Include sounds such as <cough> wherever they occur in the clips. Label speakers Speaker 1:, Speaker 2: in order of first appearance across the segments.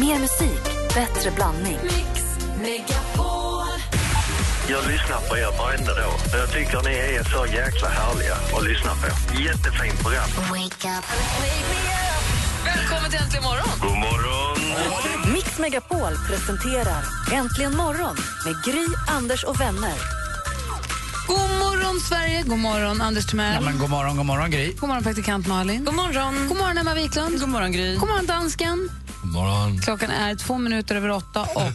Speaker 1: Mer musik, bättre blandning.
Speaker 2: Jag lyssnar på er varenda dag. Jag tycker ni är så jäkla härliga att lyssna på. Jättefint program.
Speaker 3: Välkommen till Äntligen morgon!
Speaker 2: God morgon!
Speaker 1: Mix Megapol presenterar Äntligen morgon med Gry, Anders och vänner.
Speaker 3: God morgon, Sverige! God morgon, Anders
Speaker 4: Ja,
Speaker 3: Timell.
Speaker 4: men god morgon, god morgon Gry.
Speaker 3: God morgon, praktikant Malin. God morgon, God morgon Emma Wiklund. God morgon, Gry. God morgon, dansken.
Speaker 4: God morgon.
Speaker 3: Klockan är två minuter över åtta och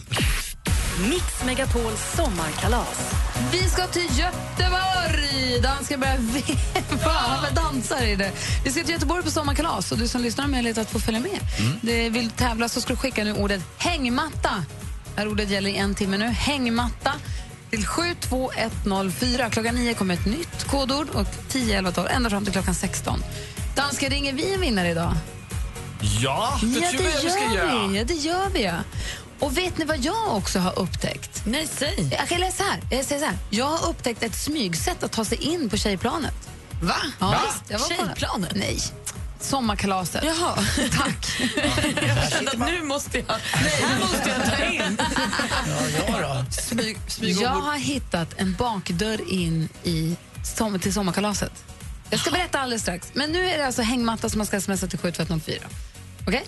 Speaker 1: Mix Megapols sommarkalas.
Speaker 3: vi ska till Göteborg! Dansken börjar <laughs> veva. Han dansar i det. Vi ska till Göteborg på sommarkalas och du som lyssnar har möjlighet att få följa med. Det vill tävla så ska du skicka nu ordet hängmatta. Det här ordet gäller i en timme nu. Hängmatta till 72104. Klockan 9 kommer ett nytt kodord och 10, 11, 12 ända fram till klockan 16. Dansken, ringer vi en vinnare idag?
Speaker 5: Ja, det
Speaker 3: Ja,
Speaker 5: tror
Speaker 3: det
Speaker 5: jag vi ska
Speaker 3: gör vi.
Speaker 5: göra.
Speaker 3: Ja, det gör vi. ja. Och vet ni vad jag också har upptäckt? Nej, säg. Jag kan läsa här. Jag, säger så här. jag har upptäckt ett smygsätt att ta sig in på tjejplanet. Va? Ja,
Speaker 5: Va?
Speaker 3: Visst, jag var
Speaker 6: <laughs>
Speaker 3: tjejplanet? Nej. Sommarkalaset.
Speaker 6: Jaha.
Speaker 3: Tack.
Speaker 6: nu måste jag... Nej, här måste jag ta <laughs> in.
Speaker 4: Ja, då.
Speaker 6: Smyg, smyg
Speaker 3: Jag har hittat en bakdörr in i som, till sommarkalaset. Jag ska berätta alldeles strax. Men nu är det alltså hängmatta som man ska smsa till 72104. Okej?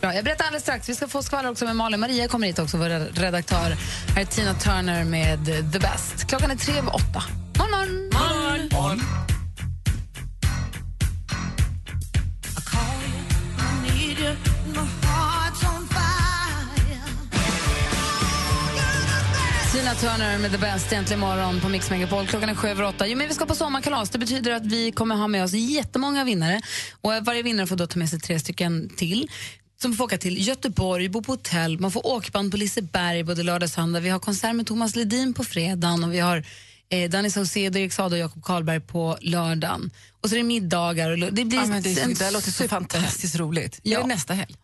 Speaker 3: Bra. Jag berättar alldeles strax. Vi ska få skvaller också med Malin. Maria kommer hit också, vår redaktör. Här är Tina Turner med The Best. Klockan är tre över åtta. Morgon, morgon! Tina Turner med The Best äntligen morgon på Mix Megapol. Klockan är sju över åtta. Jo, men vi ska på sommarkalas. Det betyder att vi kommer ha med oss jättemånga vinnare. Och varje vinnare får då ta med sig tre stycken till som får åka till Göteborg, bo på hotell, man får åkband på Liseberg både lördag och söndag. Vi har konsert med Thomas Ledin på fredagen och vi har eh, Danny Saucedo, Erik Saade och Jakob Karlberg på lördagen. Och så är det middagar. Och lo- det blir
Speaker 6: Ja, men det, är-
Speaker 3: en
Speaker 6: det här låter så
Speaker 3: super-
Speaker 6: fantastiskt roligt.
Speaker 3: Ja.
Speaker 6: Ja. Det är nästa helg.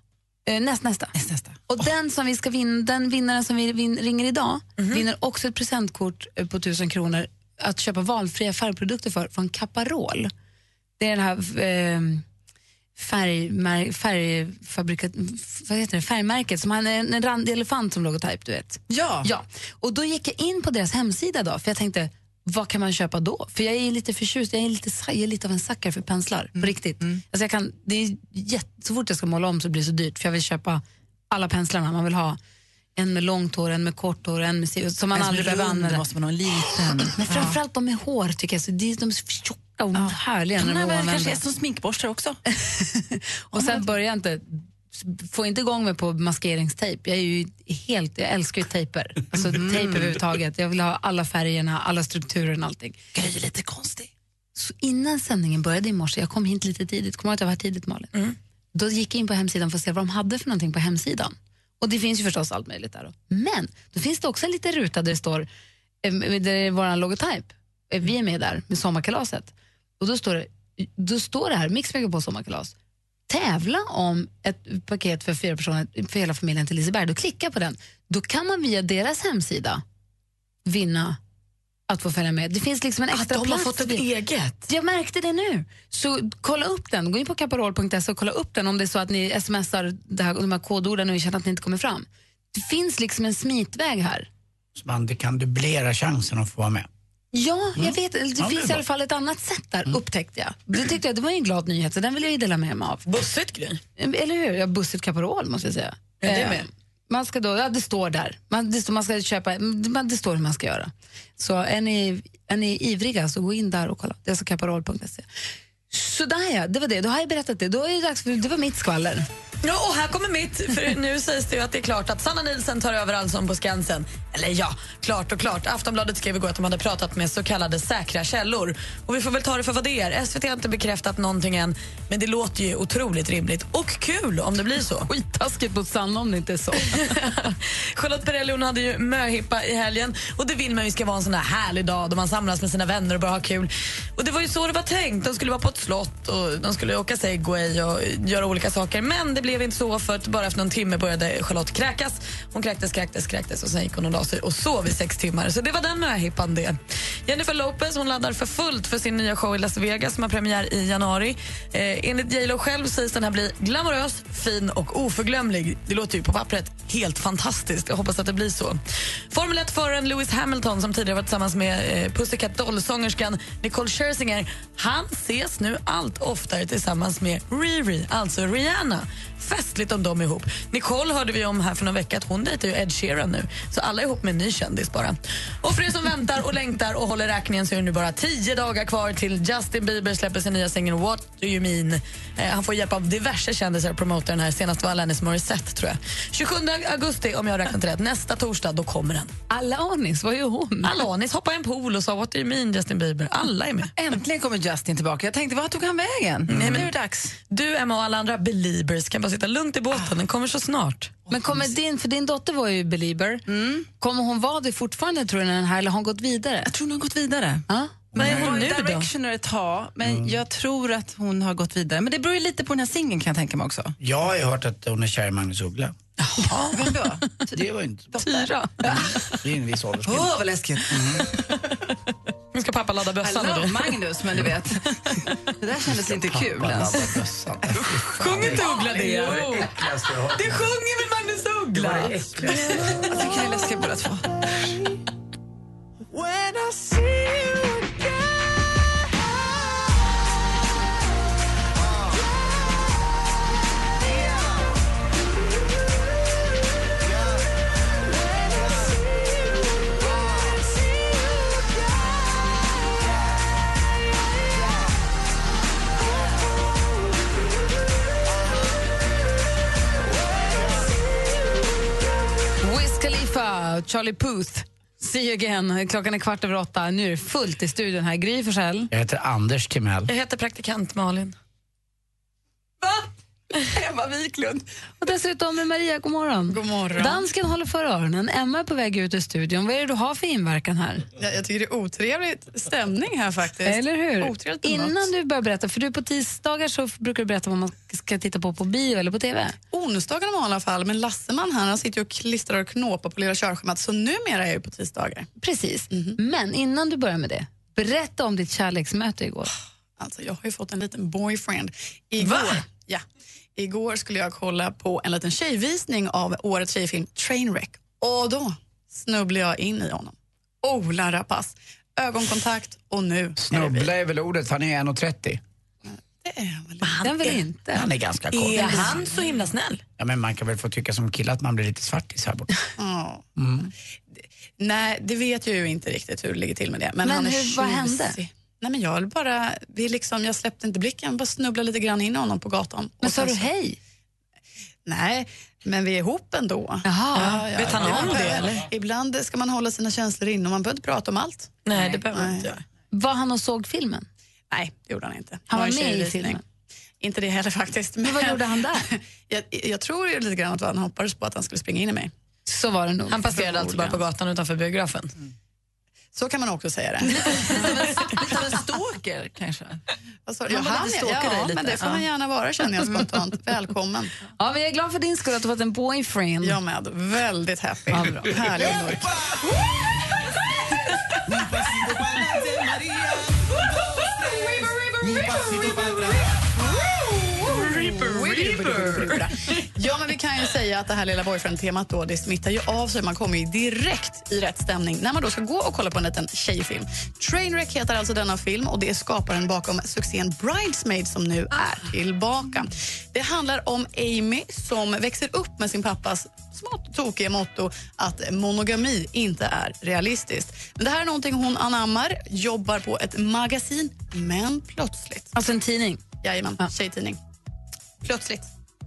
Speaker 3: Eh, näst, nästa.
Speaker 6: Näst, nästa.
Speaker 3: Och den som vi ska vinna, den vinnaren som vi vin, ringer idag vinner också ett presentkort eh, på 1000 kronor att köpa valfria färgprodukter för från Caparol. Det är den här eh, färgmär, färgfabrikat, vad heter det? färgmärket som har en, en randig elefant som logotyp, du vet.
Speaker 6: Ja.
Speaker 3: Ja, och då gick jag in på deras hemsida då, för jag tänkte vad kan man köpa då? För jag är lite förtjust, jag är lite, sa- jag är lite av en sucker för penslar, på riktigt. Alltså jag kan, det är jätte, så fort jag ska måla om så blir det så dyrt, för jag vill köpa alla penslarna. Man vill ha en med långt hår, en med kort hår, en med si- som man
Speaker 6: Man
Speaker 3: aldrig behöver använda.
Speaker 6: måste man ha en liten.
Speaker 3: Alltså, Men framförallt de med hår tycker jag, så de, de är så tjocka och härliga när
Speaker 6: Den
Speaker 3: de
Speaker 6: här
Speaker 3: är
Speaker 6: väl kanske
Speaker 3: oanvända.
Speaker 6: är som sminkborstar också.
Speaker 3: Och sen börjar jag inte, få inte igång mig på maskeringstejp. Jag, är ju helt, jag älskar ju tejper. Alltså
Speaker 7: Mm.
Speaker 3: tejp överhuvudtaget. Jag vill ha alla färgerna, alla strukturen, allting.
Speaker 6: Gry är lite konstig.
Speaker 3: Så innan sändningen började i morse, jag kom hit lite tidigt, kommer du ihåg att jag var här tidigt Malin?
Speaker 6: Mm.
Speaker 3: Då gick jag in på hemsidan för att se vad de hade för någonting på hemsidan. Och det finns ju förstås allt möjligt där. Då. Men då finns det också en liten ruta där det står, eh, där det är vår logotyp. Eh, Vi är med där med sommarkalaset. Och då står det, då står det här, Mix på sommarkalas, tävla om ett paket för fyra personer, för hela familjen till Liseberg. Då klickar jag på den. Då kan man via deras hemsida vinna att få följa med. Det finns liksom en extra plats. till-
Speaker 6: eget.
Speaker 3: jag märkte det nu. Så kolla upp den. Gå in på kaparol.se och kolla upp den om det är så att ni smsar det här, de här kodorden och ni känner att ni inte kommer fram. Det finns liksom en smitväg här.
Speaker 4: Så man det kan dubblera chansen att få vara med.
Speaker 3: Ja,
Speaker 6: Mm.
Speaker 3: jag vet. eller Det
Speaker 4: Ja, det är
Speaker 3: finns i
Speaker 4: bra.
Speaker 3: alla fall ett annat sätt där, upptäckte jag. Det tyckte jag det var ju en glad nyhet, så den vill jag ju dela med mig av.
Speaker 6: Bussigt Gry.
Speaker 3: Eller hur? Ja, bussigt kaparol måste jag säga.
Speaker 6: Ja, det är
Speaker 3: Eh,
Speaker 6: med.
Speaker 3: Man ska då, ja, det står där. Man, det, står- man ska köpa, man, det står hur man ska göra. Så är ni, är ni ivriga så gå in där och kolla. Det är alltså kaparol.se. Sådär ja, det var det. Då har jag berättat det. Då är det dags för, det var mitt skvaller.
Speaker 6: Ja, och här kommer mitt. För nu sägs det ju att det är klart att Sanna Nilsson tar över Allsång på Skansen. Eller ja, klart och klart. Aftonbladet skrev igår att de hade pratat med så kallade säkra källor. Och vi får väl ta det för vad det är. SVT har inte bekräftat någonting än, men det låter ju otroligt rimligt och kul om det blir så.
Speaker 3: Skittaskigt mot Sanna om det inte är
Speaker 6: <laughs>
Speaker 3: så.
Speaker 6: Charlotte Perrelli hon hade ju möhippa i helgen och det vill man ju ska vara en sån här härlig dag då man samlas med sina vänner och bara har kul. Och det var ju så det var tänkt. De skulle vara på ett slott och de skulle åka segway och göra olika saker. Men det blev blev inte så för att bara efter någon timme började Charlotte kräkas. Hon kräktes, kräktes, kräktes och sen gick hon och la sig och sov i sex timmar. Så det var den möhippan det. Jennifer Lopez hon laddar för fullt för sin nya show i Las Vegas som har premiär i januari. Eh, enligt J Lo själv sägs den här bli glamorös, fin och oförglömlig. Det låter ju på pappret helt fantastiskt. Jag hoppas att det blir så. Formel 1-föraren Lewis Hamilton som tidigare var tillsammans med eh, Pussycat Doll-sångerskan Nicole Scherzinger, han ses nu allt oftare tillsammans med Riri, alltså Rihanna. Festligt om de är ihop. Nicole hörde vi om här för någon vecka att hon dejtar ju Ed Sheeran nu. Så alla är ihop med en ny kändis bara. Och för er som väntar och längtar och håller räkningen så är det nu bara tio dagar kvar till Justin Bieber släpper sin nya singel What Do You Mean. Eh, han får hjälp av diverse kändisar att promota den här. Senast var Alanis Morissette tror jag. 27 augusti om jag har räknat rätt. Nästa torsdag då kommer den.
Speaker 3: Alanis, vad gör hon?
Speaker 6: Alanis hoppade i en pool och sa What Do You Mean Justin Bieber. Alla är med. Mm.
Speaker 7: Äntligen kommer Justin tillbaka. Jag tänkte, vad tog han vägen? Nu är det dags.
Speaker 6: Du, Emma och alla andra beliebers kan bara sitta lugnt i båten. Den kommer så snart.
Speaker 3: Men kommer din, för din dotter var ju belieber.
Speaker 6: Mm.
Speaker 3: Kommer hon vara det fortfarande tror du, när den här, eller har hon gått vidare?
Speaker 7: Jag tror hon har gått vidare.
Speaker 3: Ja?
Speaker 6: Vad är hon nu då?
Speaker 7: Directioner ett tag, men
Speaker 4: Mm.
Speaker 7: jag tror att hon har gått vidare. Men det beror ju lite på den här singeln kan jag tänka mig också.
Speaker 4: Jag har ju hört att hon är kär i Magnus Uggla.
Speaker 7: Vem då?
Speaker 4: Det var ju inte...
Speaker 6: Tyra.
Speaker 4: Det är en viss åldersskillnad.
Speaker 7: Åh, vad läskigt.
Speaker 8: <laughs>
Speaker 6: Nu ska pappa ladda bössan.
Speaker 7: Hallå,
Speaker 6: då.
Speaker 7: Magnus, men du vet. Det där kändes inte kul ens.
Speaker 6: Sjung inte Uggla det.
Speaker 4: Det
Speaker 6: Det
Speaker 4: äckligaste jag har hört.
Speaker 6: sjunger väl Magnus
Speaker 4: Det
Speaker 6: Uggla?
Speaker 4: var det äckligaste.
Speaker 7: Jag tycker det är läskigt båda två.
Speaker 3: Wiz Khalifa, Charlie Puth, see you again. Klockan är kvart över åtta. Nu är det fullt i studion här. Gry Forssell.
Speaker 4: Jag heter Anders Timell.
Speaker 6: Jag heter praktikant Malin.
Speaker 7: Emma Wiklund.
Speaker 3: Och dessutom med Maria, god morgon.
Speaker 9: God morgon.
Speaker 3: Dansken håller för öronen. Emma är på väg ut ur studion. Vad är det du har för inverkan här?
Speaker 9: Jag, jag tycker det är otrevligt stämning här faktiskt.
Speaker 3: Eller hur?
Speaker 9: Otrevligt Innan...
Speaker 3: Innan du börjar berätta, för du på tisdagar så brukar du berätta vad man ska titta på på bio eller på tv.
Speaker 9: Onsdagarna var i alla fall, men Lasseman här, han sitter ju och klistrar och knåpar på lilla körschemat så numera är jag ju på tisdagar.
Speaker 3: Precis.
Speaker 9: Mhm.
Speaker 3: Men innan du börjar med det, berätta om ditt kärleksmöte igår.
Speaker 9: Alltså jag har ju fått en liten boyfriend. Igår, Ja, igår skulle jag kolla på en liten tjejvisning av årets tjejfilm Trainwreck och då snubblade jag in i honom. Ola Rapace. Ögonkontakt och nu är det vi.
Speaker 4: Snubbla är väl ordet, för han är 1,30.
Speaker 9: Det är väl-
Speaker 3: Den vill inte.
Speaker 4: Han är ganska kort.
Speaker 6: Är han så himla snäll?
Speaker 4: Ja, men man kan väl få tycka som kille att man blir lite svartis här borta. Mm.
Speaker 9: Ja. Det- Nej, det vet jag ju inte riktigt hur det ligger till med det. Men,
Speaker 3: Men
Speaker 9: han är
Speaker 3: hur- vad
Speaker 9: tjusig.
Speaker 3: hände?
Speaker 9: Nej, men jag bara, vi liksom, jag släppte inte blicken, bara snubblade lite grann in i honom på gatan.
Speaker 3: Men
Speaker 9: Och
Speaker 3: sa
Speaker 9: sen
Speaker 3: du
Speaker 9: så-
Speaker 3: hej?
Speaker 9: Nej, men vi är ihop ändå.
Speaker 3: Jaha.
Speaker 9: ja,
Speaker 6: Vet han
Speaker 9: ibland
Speaker 6: om det,
Speaker 9: behöver-
Speaker 6: eller?
Speaker 9: Ibland ska man hålla sina känslor inne och man behöver inte prata om allt.
Speaker 6: Nej, det behöver man
Speaker 9: Nej.
Speaker 6: inte göra.
Speaker 3: Var han och såg filmen?
Speaker 9: Nej, det gjorde han inte.
Speaker 3: Han
Speaker 9: Det
Speaker 3: var
Speaker 9: en
Speaker 3: med i
Speaker 9: tjejvisning.
Speaker 3: filmen?
Speaker 9: Inte det heller faktiskt.
Speaker 3: Men vad gjorde han där?
Speaker 9: <laughs> jag, jag tror ju lite grann att han hoppades på att han skulle springa in i mig.
Speaker 3: Så var det nog.
Speaker 6: Han passerade alltså bara på gatan utanför biografen.
Speaker 9: Mm. Så kan man också säga
Speaker 3: <laughs>
Speaker 9: det.
Speaker 7: Lite av en stalker kanske.
Speaker 9: Vad sa du?
Speaker 7: Ja,
Speaker 9: Ja,
Speaker 7: men
Speaker 9: han,
Speaker 7: det
Speaker 9: ja,
Speaker 7: stalkar dig
Speaker 9: ja
Speaker 7: lite.
Speaker 9: men det får
Speaker 7: Ja.
Speaker 9: man gärna vara känner jag <laughs> spontant. Välkommen.
Speaker 3: Ja, men jag är glad för din skull att du fått en boyfriend.
Speaker 9: Jag med. Väldigt happy. Härlig och nöjd. Ja, men vi kan ju säga att det här lilla boyfriend-temat då, det smittar ju av sig. Man kommer ju direkt i rätt stämning när man då ska gå och kolla på en liten tjejfilm. Trainwreck heter alltså denna film och det är skaparen bakom succén Bridesmaid som nu är tillbaka. Det handlar om Amy som växer upp med sin pappas smått tokiga motto att monogami inte är realistiskt. Men det här är någonting hon anammar, jobbar på ett magasin, men plötsligt
Speaker 3: Alltså en tidning.
Speaker 9: Jajamän,
Speaker 3: Ja.
Speaker 9: tjejtidning. Plötsligt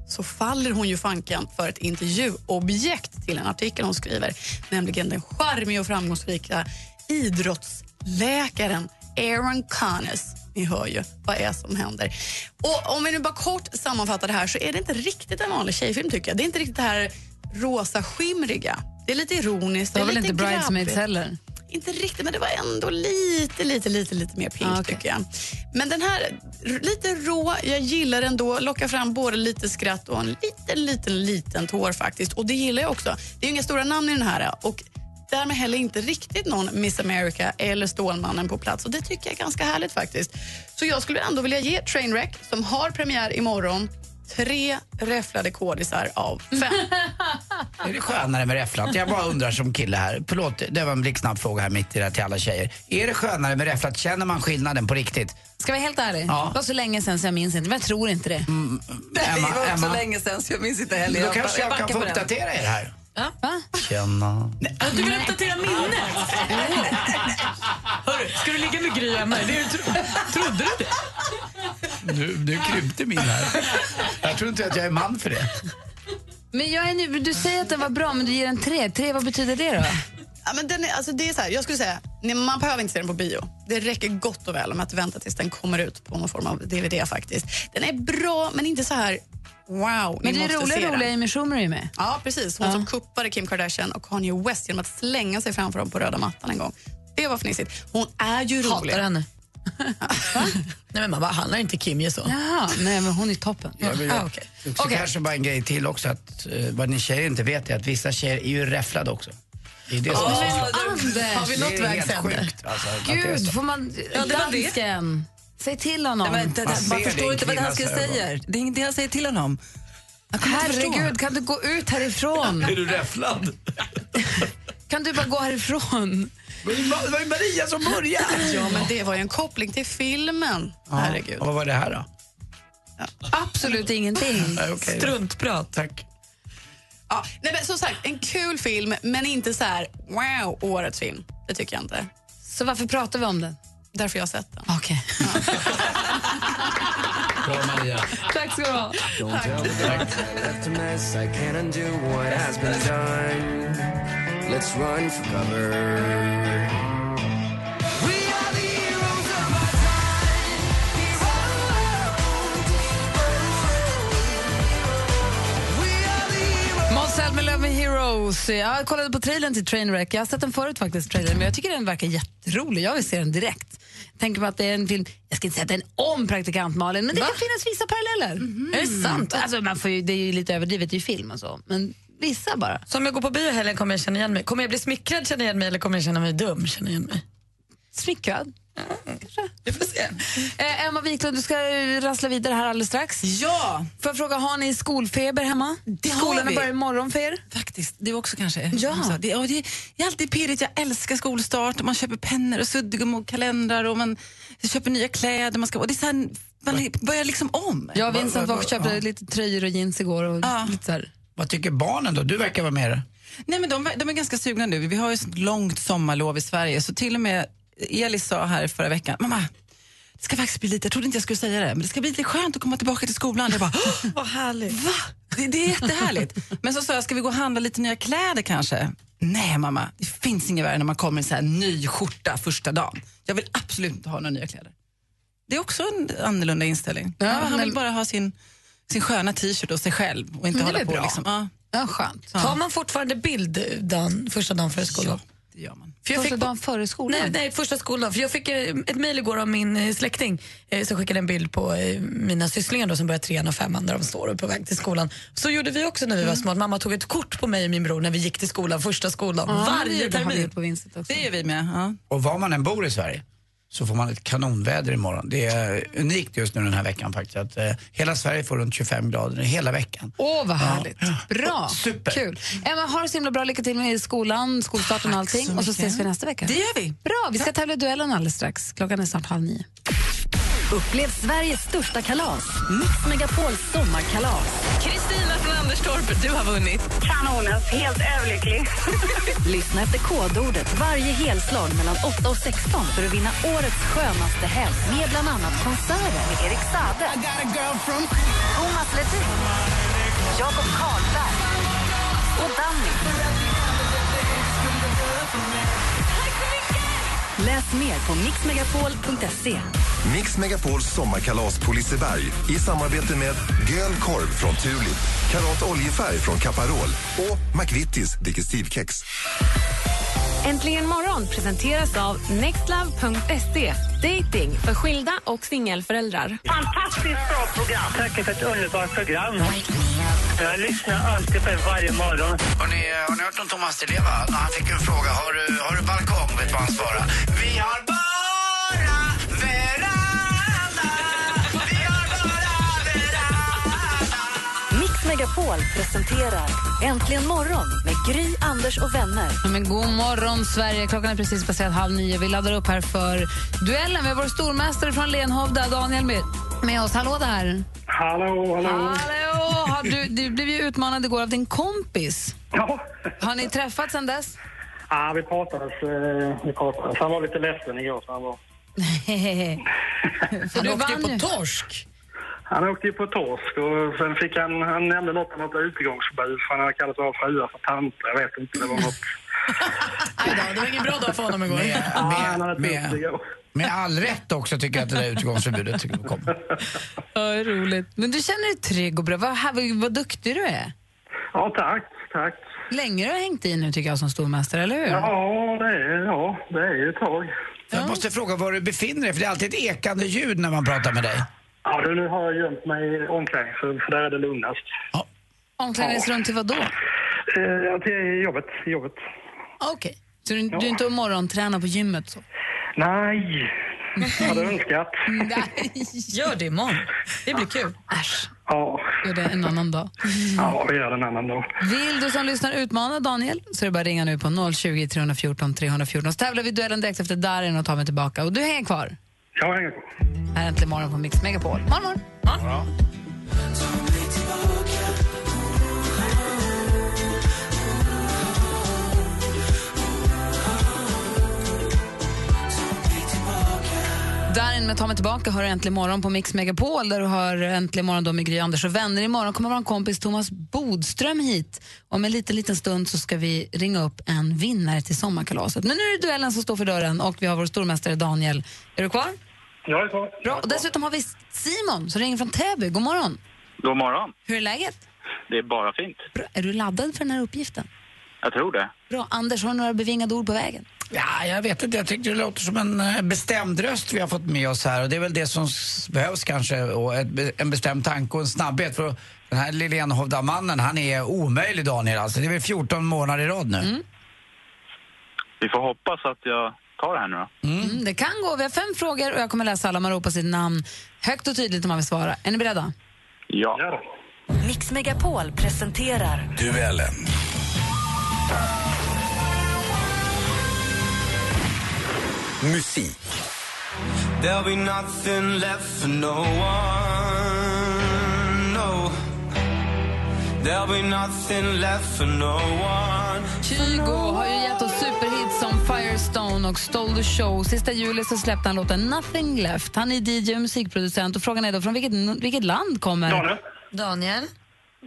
Speaker 9: så faller hon ju fanken för ett intervjuobjekt till en artikel hon skriver, nämligen den charmiga och framgångsrika idrottsläkaren Aaron Connors. Ni hör ju vad är som händer. Och Om vi nu bara kort sammanfattar det här så är det inte riktigt en vanlig tjejfilm tycker jag. Det är inte riktigt det här rosa skimriga. Det är lite ironiskt.
Speaker 3: Det var väl
Speaker 9: lite
Speaker 3: inte Bridesmaids
Speaker 9: grabbigt.
Speaker 3: heller?
Speaker 9: Inte riktigt, men det var ändå lite, lite, lite, lite mer pink
Speaker 3: Ah, okej.
Speaker 9: tycker jag. Men den här, r- lite rå, jag gillar den då. Lockar fram både lite skratt och en liten, liten, liten tår faktiskt. Och det gillar jag också. Det är ju inga stora namn i den här. Och därmed heller inte riktigt någon Miss America eller Stålmannen på plats. Och det tycker jag är ganska härligt faktiskt. Så jag skulle ändå vilja ge Trainwreck, som har premiär imorgon, tre räfflade kodisar av fem.
Speaker 4: Är det skönare med räfflat? Jag bara undrar som kille här. Förlåt, det var en blixtsnabb fråga här mitt i det här till alla tjejer. Är det skönare med räfflat? Känner man skillnaden på riktigt?
Speaker 3: Ska jag vara helt ärlig?
Speaker 4: Ja.
Speaker 3: Det var så länge sen så jag minns inte, men jag tror inte det.
Speaker 9: Mm.
Speaker 8: Det
Speaker 4: Emma,
Speaker 8: var också
Speaker 4: Emma.
Speaker 8: länge sedan så jag minns inte heller.
Speaker 4: Då
Speaker 8: Jag
Speaker 4: kanske
Speaker 8: ba-
Speaker 4: jag kan
Speaker 8: backar
Speaker 4: få
Speaker 8: på den.
Speaker 4: uppdatera er här.
Speaker 3: Va?
Speaker 4: Tjena. Nej,
Speaker 6: Du vill uppdatera minnet? Hörru, ska du ligga med Gry Emma? Det är ju tro- Trodde du det?
Speaker 4: nu, nu krympte min här. Jag tror inte att jag är man för det.
Speaker 3: Men jag är nu, du säger att den var bra, men du ger den tre. Tre, vad betyder det då?
Speaker 9: Ja, men den är, alltså det är så här, jag skulle säga, nej, man behöver inte se den på bio. Det räcker gott och väl om att vänta tills den kommer ut på någon form av DVD faktiskt. Den är bra, men inte så här wow,
Speaker 3: Men
Speaker 9: ni
Speaker 3: det är
Speaker 9: måste se
Speaker 3: roliga,
Speaker 9: den.
Speaker 3: roliga Amy Schumer är ju med.
Speaker 9: Ja, precis. Hon som kuppade Kim Kardashian och Kanye West genom att slänga sig framför dem på röda mattan en gång. Det var fnissigt. Hon är ju rolig.
Speaker 6: Hatar henne. Nej men man bara, handlar inte Kimje så?
Speaker 3: Jaha, nej men hon är toppen.
Speaker 4: Jag vill,
Speaker 6: Ah, okej.
Speaker 4: Så kanske bara en grej till också. Att, eh, vad ni tjejer inte vet är att vissa tjejer är ju räfflade också. Det är det som är så
Speaker 3: Men
Speaker 4: svårt.
Speaker 6: Har vi
Speaker 3: Anders!
Speaker 6: nått
Speaker 4: Det är
Speaker 6: vägs
Speaker 4: helt
Speaker 6: ände?
Speaker 4: sjukt. Alltså, att det är
Speaker 3: Gud,
Speaker 4: så.
Speaker 3: får man...
Speaker 6: Ja, det var det.
Speaker 3: dansken! Säg till honom.
Speaker 8: Nej, men det,
Speaker 4: Man
Speaker 8: man,
Speaker 4: ser det i
Speaker 8: förstår inte vad det han
Speaker 4: kvinnans
Speaker 8: ska säga. Det är inget det han säger till honom. Jag kommer inte förstå.
Speaker 3: Herregud, kan du gå ut härifrån?
Speaker 10: Är du räfflad?
Speaker 3: <laughs> Kan du bara gå härifrån?
Speaker 4: Det var ju Maria som
Speaker 3: <laughs>
Speaker 4: började!
Speaker 9: Ja, men det var ju en koppling till filmen. Herregud.
Speaker 4: Och vad var det här då?
Speaker 9: <laughs>
Speaker 3: Absolut ingenting.
Speaker 4: Nej, okej.
Speaker 6: Struntprat.
Speaker 4: Tack.
Speaker 9: Ja, nej, men som sagt, en kul film, men inte så här wow, årets film. Det tycker jag inte.
Speaker 3: Så varför pratar vi om den?
Speaker 9: Därför jag har sett den.
Speaker 3: Okej.
Speaker 10: Bra Maria.
Speaker 3: Tack ska du ha. Måns Zelmerlöw med Heroes. Jag kollade på trailern till Trainwreck. Jag har sett den förut faktiskt, trailern, men jag tycker den verkar jätterolig. Jag vill se den direkt. Tänker på att det är en film, jag ska inte säga att den är om praktikant Malin, men det kan finnas vissa paralleller. Är det sant? Alltså, man får ju, det är ju lite överdrivet, det är ju film och så, men vissa bara.
Speaker 6: Så om jag går på bio i helgen kommer jag känna igen mig? Kommer jag bli smickrad känna igen mig eller kommer jag känna mig dum känna igen mig?
Speaker 3: Smickrad.
Speaker 6: Vi får se.
Speaker 3: Eh, Emma Wiklund, du ska eh, rassla vidare här alldeles strax.
Speaker 8: Ja,
Speaker 3: Får jag fråga, har ni skolfeber hemma?
Speaker 8: Det har
Speaker 3: Skolorna
Speaker 8: vi.
Speaker 3: börjar imorgon för er.
Speaker 8: faktiskt. Du också kanske?
Speaker 3: Ja.
Speaker 8: Så Det, och det, det är alltid pirrigt. Jag älskar skolstart. Man köper pennor och suddgum och kalendrar och man köper nya kläder. Man, ska, och det är så här, man börjar liksom om.
Speaker 3: Jag och Vincent var och köpte lite tröjor och jeans igår. Och
Speaker 8: Ja.
Speaker 3: lite så här.
Speaker 4: Vad tycker barnen då? Du verkar vara med i det.
Speaker 8: Nej, men de, de är ganska sugna nu. Vi har ju sånt långt sommarlov i Sverige så till och med Elis sa här förra veckan, mamma, det ska faktiskt bli lite, jag trodde inte jag skulle säga det, men det ska bli lite skönt att komma tillbaka till skolan. Jag bara, "Åh,
Speaker 6: Vad härligt.
Speaker 8: va? Det, det är jättehärligt. Men så sa jag, ska vi gå och handla lite nya kläder kanske? Nej mamma, det finns inget värre när man kommer i en så här ny skjorta första dagen. Jag vill absolut inte ha några nya kläder. Det är också en annorlunda inställning. Ja, han
Speaker 3: nej,
Speaker 8: vill bara ha sin, sin sköna t-shirt och sig själv och inte
Speaker 3: det är
Speaker 8: hålla
Speaker 3: väl
Speaker 8: på
Speaker 3: bra.
Speaker 8: liksom. Ja,
Speaker 3: Ja, skönt.
Speaker 6: Tar man fortfarande bild dagen, första dagen före skolan?
Speaker 8: det gör man.
Speaker 6: För jag
Speaker 3: Första
Speaker 6: fick,
Speaker 3: dagen före skolan.
Speaker 6: nej, nej, första skoldagen. För jag fick eh, ett mejl igår av min eh, släkting eh, som skickade en bild på eh, mina sysslingar då, som börjar trean och femman där de står och är på väg till skolan. Så gjorde vi också när vi
Speaker 3: Mm.
Speaker 6: var små. att Mamma tog ett kort på mig och min bror när vi gick till skolan första skolan.
Speaker 3: Ja, det
Speaker 6: varje
Speaker 3: gjorde han ju
Speaker 6: termin.
Speaker 3: På Vincent också.
Speaker 8: Det gör vi med. Ja.
Speaker 4: Och var man än bor i Sverige så får man ett kanonväder imorgon. Det är unikt just nu den här veckan faktiskt. Att, eh, hela Sverige får runt 25 grader hela veckan.
Speaker 3: Åh, vad härligt. Bra.
Speaker 4: Super.
Speaker 3: Kul. Emma, ha det så himla bra. Lycka till med skolan, skolstarten och allting. och så ses vi nästa vecka.
Speaker 8: Det gör vi.
Speaker 3: Bra, vi ska tävla i duellen alldeles strax. Klockan är snart halv nio.
Speaker 1: Upplev Sveriges största kalas. Mix Megapols sommarkalas.
Speaker 11: Kristina från Anderstorp, du har vunnit.
Speaker 12: Kanonens, helt överlycklig.
Speaker 1: <laughs> Lyssna efter kodordet varje helslag mellan 8 och 16 för att vinna årets skönaste helg med bland annat konserter med Erik Saade, Thomas Ledin, Jakob Karlberg och Danny. Läs mer på mixmegapol.se.
Speaker 13: Mix Megapols sommarkalas på Liseberg i samarbete med Göl korv från Tulip, Karat oljefärg från Caparol och McVittys digestivkex.
Speaker 14: Äntligen morgon presenteras av nextlove.se. Dating för skilda och singelföräldrar.
Speaker 11: Fantastiskt bra program. Tack för ett underbart program. Jag lyssnar alltid på er varje morgon.
Speaker 4: Har ni, eh, har ni hört om Thomas Di Leva? När Han fick en fråga. Har du, har du balkong? Vet du vad han svarade? Vi har bara veranda. Vi har bara
Speaker 1: Mix Megapol presenterar Äntligen morgon med Gry, Anders och vänner.
Speaker 3: Ja, men god morgon, Sverige. Klockan är precis passerat halv nio. Vi laddar upp här för duellen med vår stormästare från Lenhovda, Daniel, med, med oss. Hallå där!
Speaker 11: Hallå, hallå.
Speaker 3: Hallå! Har du, du blev ju utmanad igår av din kompis.
Speaker 11: Ja.
Speaker 3: Har ni träffats sedan dess? <laughs>
Speaker 11: Ja, vi pratades. eh, Vi pratades. Han var lite ledsen igår. Så han, var...
Speaker 3: För
Speaker 11: Han
Speaker 3: du
Speaker 11: åkte ju
Speaker 3: vann
Speaker 11: på
Speaker 3: torsk.
Speaker 11: han åkte ju på torsk och sen fick han... Han nämnde något om något utegångsförbud för han hade kallat våra fruar för tanter. Jag vet inte. Det var något...
Speaker 6: Det var ingen bra dag för honom igår.
Speaker 4: Med, med, med all rätt också tycker jag att det där utegångsförbudet kom.
Speaker 3: Ja, vad roligt. Men du känner dig trygg och bra. Vad, här- vad duktig du är.
Speaker 11: Ja, tack. Tack.
Speaker 3: Länge du har hängt i nu tycker jag som stormästare, eller hur?
Speaker 11: Ja, det är, ja, det är ju ett tag.
Speaker 4: Jag måste fråga var du befinner dig, för det är alltid ett ekande ljud när man pratar med dig.
Speaker 11: Ja, du, nu har jag gömt mig i omklädningsrum för där är det lugnast.
Speaker 3: Omklädningsrum till vad då?
Speaker 11: Eh, Ja, till jobbet. till jobbet.
Speaker 3: Ah, Okej. Så du, du är inte och morgontränar på gymmet? Så. Mm.
Speaker 11: Nej, hade
Speaker 3: <laughs>
Speaker 11: önskat.
Speaker 3: Nej.
Speaker 6: Gör det imorgon. Det blir kul.
Speaker 3: Äsch.
Speaker 11: Ja.
Speaker 3: Gör det en annan dag.
Speaker 11: Ja, vi gör en annan dag.
Speaker 3: Vill du som lyssnar utmana Daniel så är det bara att ringa nu på 020 314 314 så tävlar vi i duellen direkt efter Darin och tar mig tillbaka. Och du hänger kvar.
Speaker 11: Jag hänger på.
Speaker 3: Här är Äntligen morgon på Mix Megapol. Morgon, morgon. Darin med Ta mig tillbaka hör Äntligen morgon på Mix Megapol där du hör Äntligen morgon då med Gry Anders och vänner. Imorgon kommer vår kompis Thomas Bodström hit. Om en liten, liten stund så ska vi ringa upp en vinnare till sommarkalaset. Men nu är det duellen som står för dörren och vi har vår stormästare Daniel. Är du kvar?
Speaker 15: Jag är kvar.
Speaker 3: Bra. Och dessutom har vi Simon som ringer från Täby. God morgon.
Speaker 15: God morgon.
Speaker 3: Hur är läget?
Speaker 15: Det är bara fint.
Speaker 3: Bra. Är du laddad för den här uppgiften?
Speaker 15: Jag tror det.
Speaker 3: Bra. Anders, har du några bevingade ord på vägen?
Speaker 4: Ja, jag vet inte. Jag tyckte det låter som en eh, bestämd röst vi har fått med oss här. Och det är väl det som s- behövs kanske. Och ett, be- en bestämd tanke och en snabbhet. För den här lille Enhovda-mannen, han är omöjlig Daniel alltså. Det är väl 14 månader i rad nu.
Speaker 11: Mm.
Speaker 15: Vi får hoppas att jag tar det här nu då.
Speaker 3: Mm, det kan gå. Vi har fem frågor och jag kommer läsa alla. Man ropar sitt namn högt och tydligt om man vill svara. Är ni beredda?
Speaker 15: Ja.
Speaker 1: Mix Megapol presenterar
Speaker 13: Duellen. Musik.
Speaker 10: There'll be nothing left for no one. No. There'll be nothing left for no one.
Speaker 3: Kygo har ju gett oss superhits som Firestone och Stole the Show. Sista juli så släppte han låten Nothing Left. Han är DJ och musikproducent. Och frågan är då från vilket, vilket land kommer...
Speaker 6: Norge. Daniel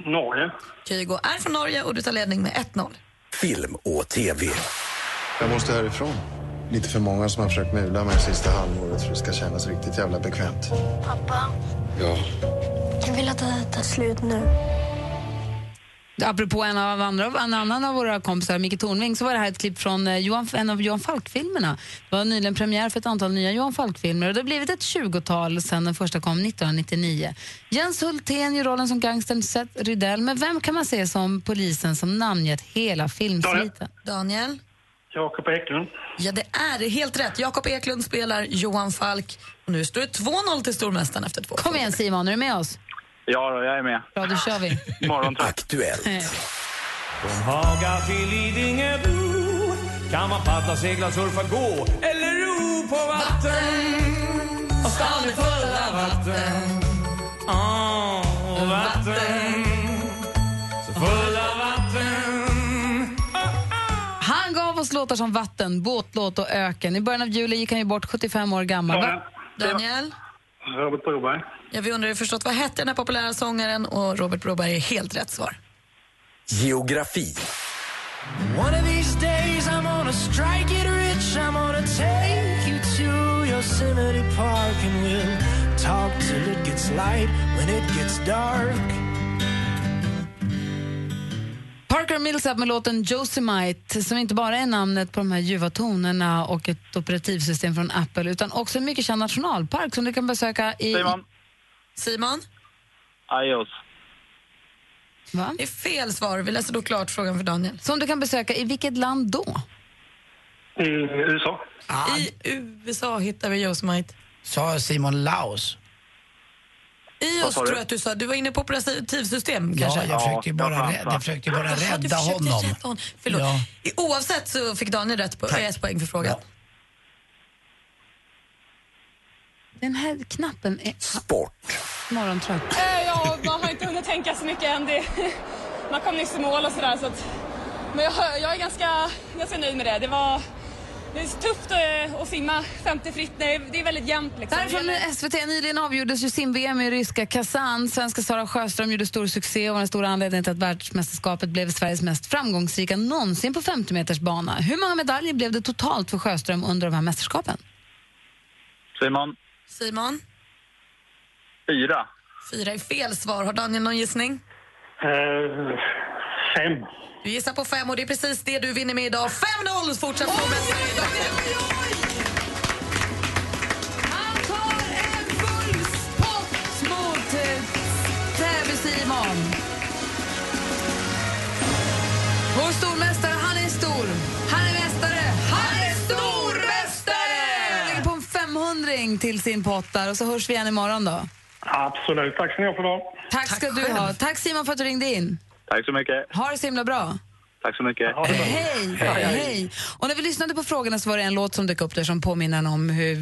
Speaker 15: Norge.
Speaker 6: Kygo är från Norge och du tar ledning med 1-0.
Speaker 16: Film och TV.
Speaker 17: Jag måste härifrån. Lite för många som har försökt mula mig sista halvåret för det ska kännas riktigt jävla bekvämt.
Speaker 18: Pappa,
Speaker 17: Ja.
Speaker 18: jag vill att det här tar slut nu.
Speaker 3: Apropå en, av andra, en annan av våra kompisar, Micke Tornving, så var det här ett klipp från eh, Johan, en av Johan Falk-filmerna. Det var nyligen premiär för ett antal nya Johan Falk-filmer och det har blivit ett 20-tal sedan den första kom 1999. Jens Hultén gör rollen som gangstern Seth Rydell, men vem kan man se som polisen som namngett hela filmsviten?
Speaker 6: Daniel?
Speaker 15: Jakob Eklund.
Speaker 6: Ja, det är helt rätt. Jakob Eklund spelar Johan Falk. Och nu står det 2-0 till stormästaren efter två.
Speaker 3: Kom igen Simon, är du med oss?
Speaker 15: Ja då, jag är med.
Speaker 3: Bra, då kör vi.
Speaker 15: Morgon
Speaker 16: Aktuellt.
Speaker 19: Från Haga till Lidingöbro kan man paddla, segla, surfa, gå eller ro på vatten. Och stan är full av vatten. Åh, vatten. Så full av vatten.
Speaker 3: Han gav oss låtar som Vatten, Båtlåt och Öken. I början av juli gick han ju bort 75 år gammal. Va?
Speaker 6: Daniel?
Speaker 15: Robert Broberg.
Speaker 6: Ja, vi undrar ju förstås vad hette den här populära sångaren och Robert Broberg är helt rätt svar.
Speaker 16: Geografi.
Speaker 10: One of these days I'm gonna strike it rich. I'm gonna take you to Yosemite Park and we'll talk till it gets light when it gets dark.
Speaker 3: Parker Millsap med låten Josemite som inte bara är namnet på de här ljuva tonerna och ett operativsystem från Apple utan också en mycket känd nationalpark som du kan besöka i...
Speaker 15: Simon.
Speaker 6: Simon?
Speaker 15: Ios.
Speaker 3: Va?
Speaker 6: Det är fel svar. Vi läser då klart frågan för Daniel.
Speaker 3: Som du kan besöka i vilket land då?
Speaker 11: I USA.
Speaker 6: I USA hittar vi Yosemite.
Speaker 4: Sa Simon Laos?
Speaker 6: I
Speaker 4: Vad
Speaker 6: oss
Speaker 4: sa du?
Speaker 6: tror jag att du sa. Du var inne på operativsystem
Speaker 4: Ja,
Speaker 6: kanske?
Speaker 4: jag försökte ju bara, rädda, jag försökte ju bara
Speaker 6: Jaha, du
Speaker 4: rädda
Speaker 6: försökte
Speaker 4: honom.
Speaker 6: rädda honom. Förlåt.
Speaker 4: Ja.
Speaker 6: I- Oavsett så fick Daniel rätt på, ett poäng för frågan.
Speaker 3: Den här knappen är... Sport. Morgontrött.
Speaker 20: Eh, Ja, man har inte hunnit tänka så mycket än. Det, <laughs> man kom nyss i mål och sådär. Så att, men jag, jag är ganska, ganska nöjd med det. Det var det är tufft att, att simma 50 fritt. Det är, det är väldigt jämnt. Liksom.
Speaker 3: Därifrån med SVT. Nyligen avgjordes ju sim-VM i ryska Kazan. Svenska Sara Sjöström gjorde stor succé och var den stora anledningen till att världsmästerskapet blev Sveriges mest framgångsrika någonsin på 50-metersbana. Hur många medaljer blev det totalt för Sjöström under de här mästerskapen?
Speaker 15: Simon.
Speaker 6: Simon,
Speaker 15: Fyra.
Speaker 6: fyra är fel svar. Har Daniel någon gissning?
Speaker 11: Eh, fem.
Speaker 6: Du gissar på fem och det är precis det du vinner med idag. 5-0 fortsatt stormästare idag.
Speaker 3: Pott mot eh, Täby-Simon. Vår stormästare, han är stor. Han är mästare. Han är stormästare! Lägger på en 500 till sin pott där och så hörs vi igen imorgon då.
Speaker 11: Absolut. Tack ska ni ha för idag.
Speaker 3: Tack ska du ha. Tack Simon för att du ringde in.
Speaker 15: Tack så mycket.
Speaker 3: Ha det så himla bra.
Speaker 15: Tack så mycket.
Speaker 3: Hej, hej. Och när vi lyssnade på frågorna så var det en låt som dök upp där som påminner om hur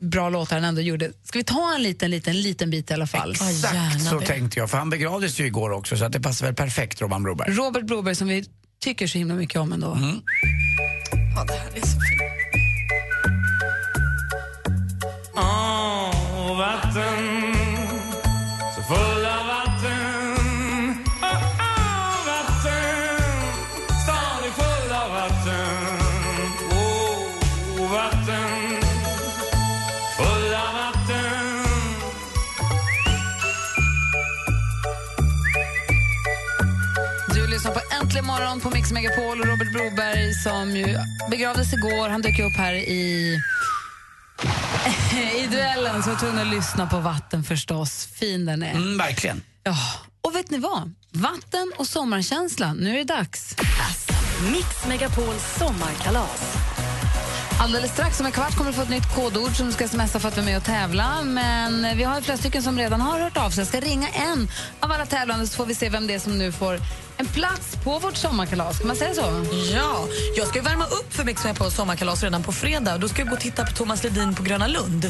Speaker 3: bra låtar han ändå gjorde. Ska vi ta en liten, liten, liten bit i alla fall?
Speaker 4: Exakt så tänkte jag, för han begravdes ju igår också så att det passar väl perfekt Robban Broberg.
Speaker 3: Robert Broberg som vi tycker så himla mycket om ändå.
Speaker 4: Mm.
Speaker 6: Ja, det här är så fint.
Speaker 19: Åh, vatten Så full av vatten Åh, åh, vatten Stan är full av vatten Åh, vatten Full av vatten
Speaker 3: Du lyssnar på Äntligen morgon på Mix Megapol och Robert Broberg som ju begravdes igår. Han dök ju upp här i <laughs> i duellen så jag var tvungen att lyssna på vatten förstås. Fin den är.
Speaker 4: Mm, verkligen.
Speaker 3: Ja. Och vet ni vad? Vatten och sommarkänsla. Nu är det dags.
Speaker 1: Mix Megapols sommarkalas.
Speaker 3: Alldeles strax om en kvart kommer du få ett nytt kodord som du ska smsa för att vara med och tävla. Men vi har ju flera stycken som redan har hört av sig. Jag ska ringa en av alla tävlande så får vi se vem det är som nu får en plats på vårt sommarkalas. Kan man säga så?
Speaker 6: Ja, jag ska ju värma upp för Mix på sommarkalas redan på fredag. Då ska jag gå och titta på Thomas Ledin på Gröna Lund.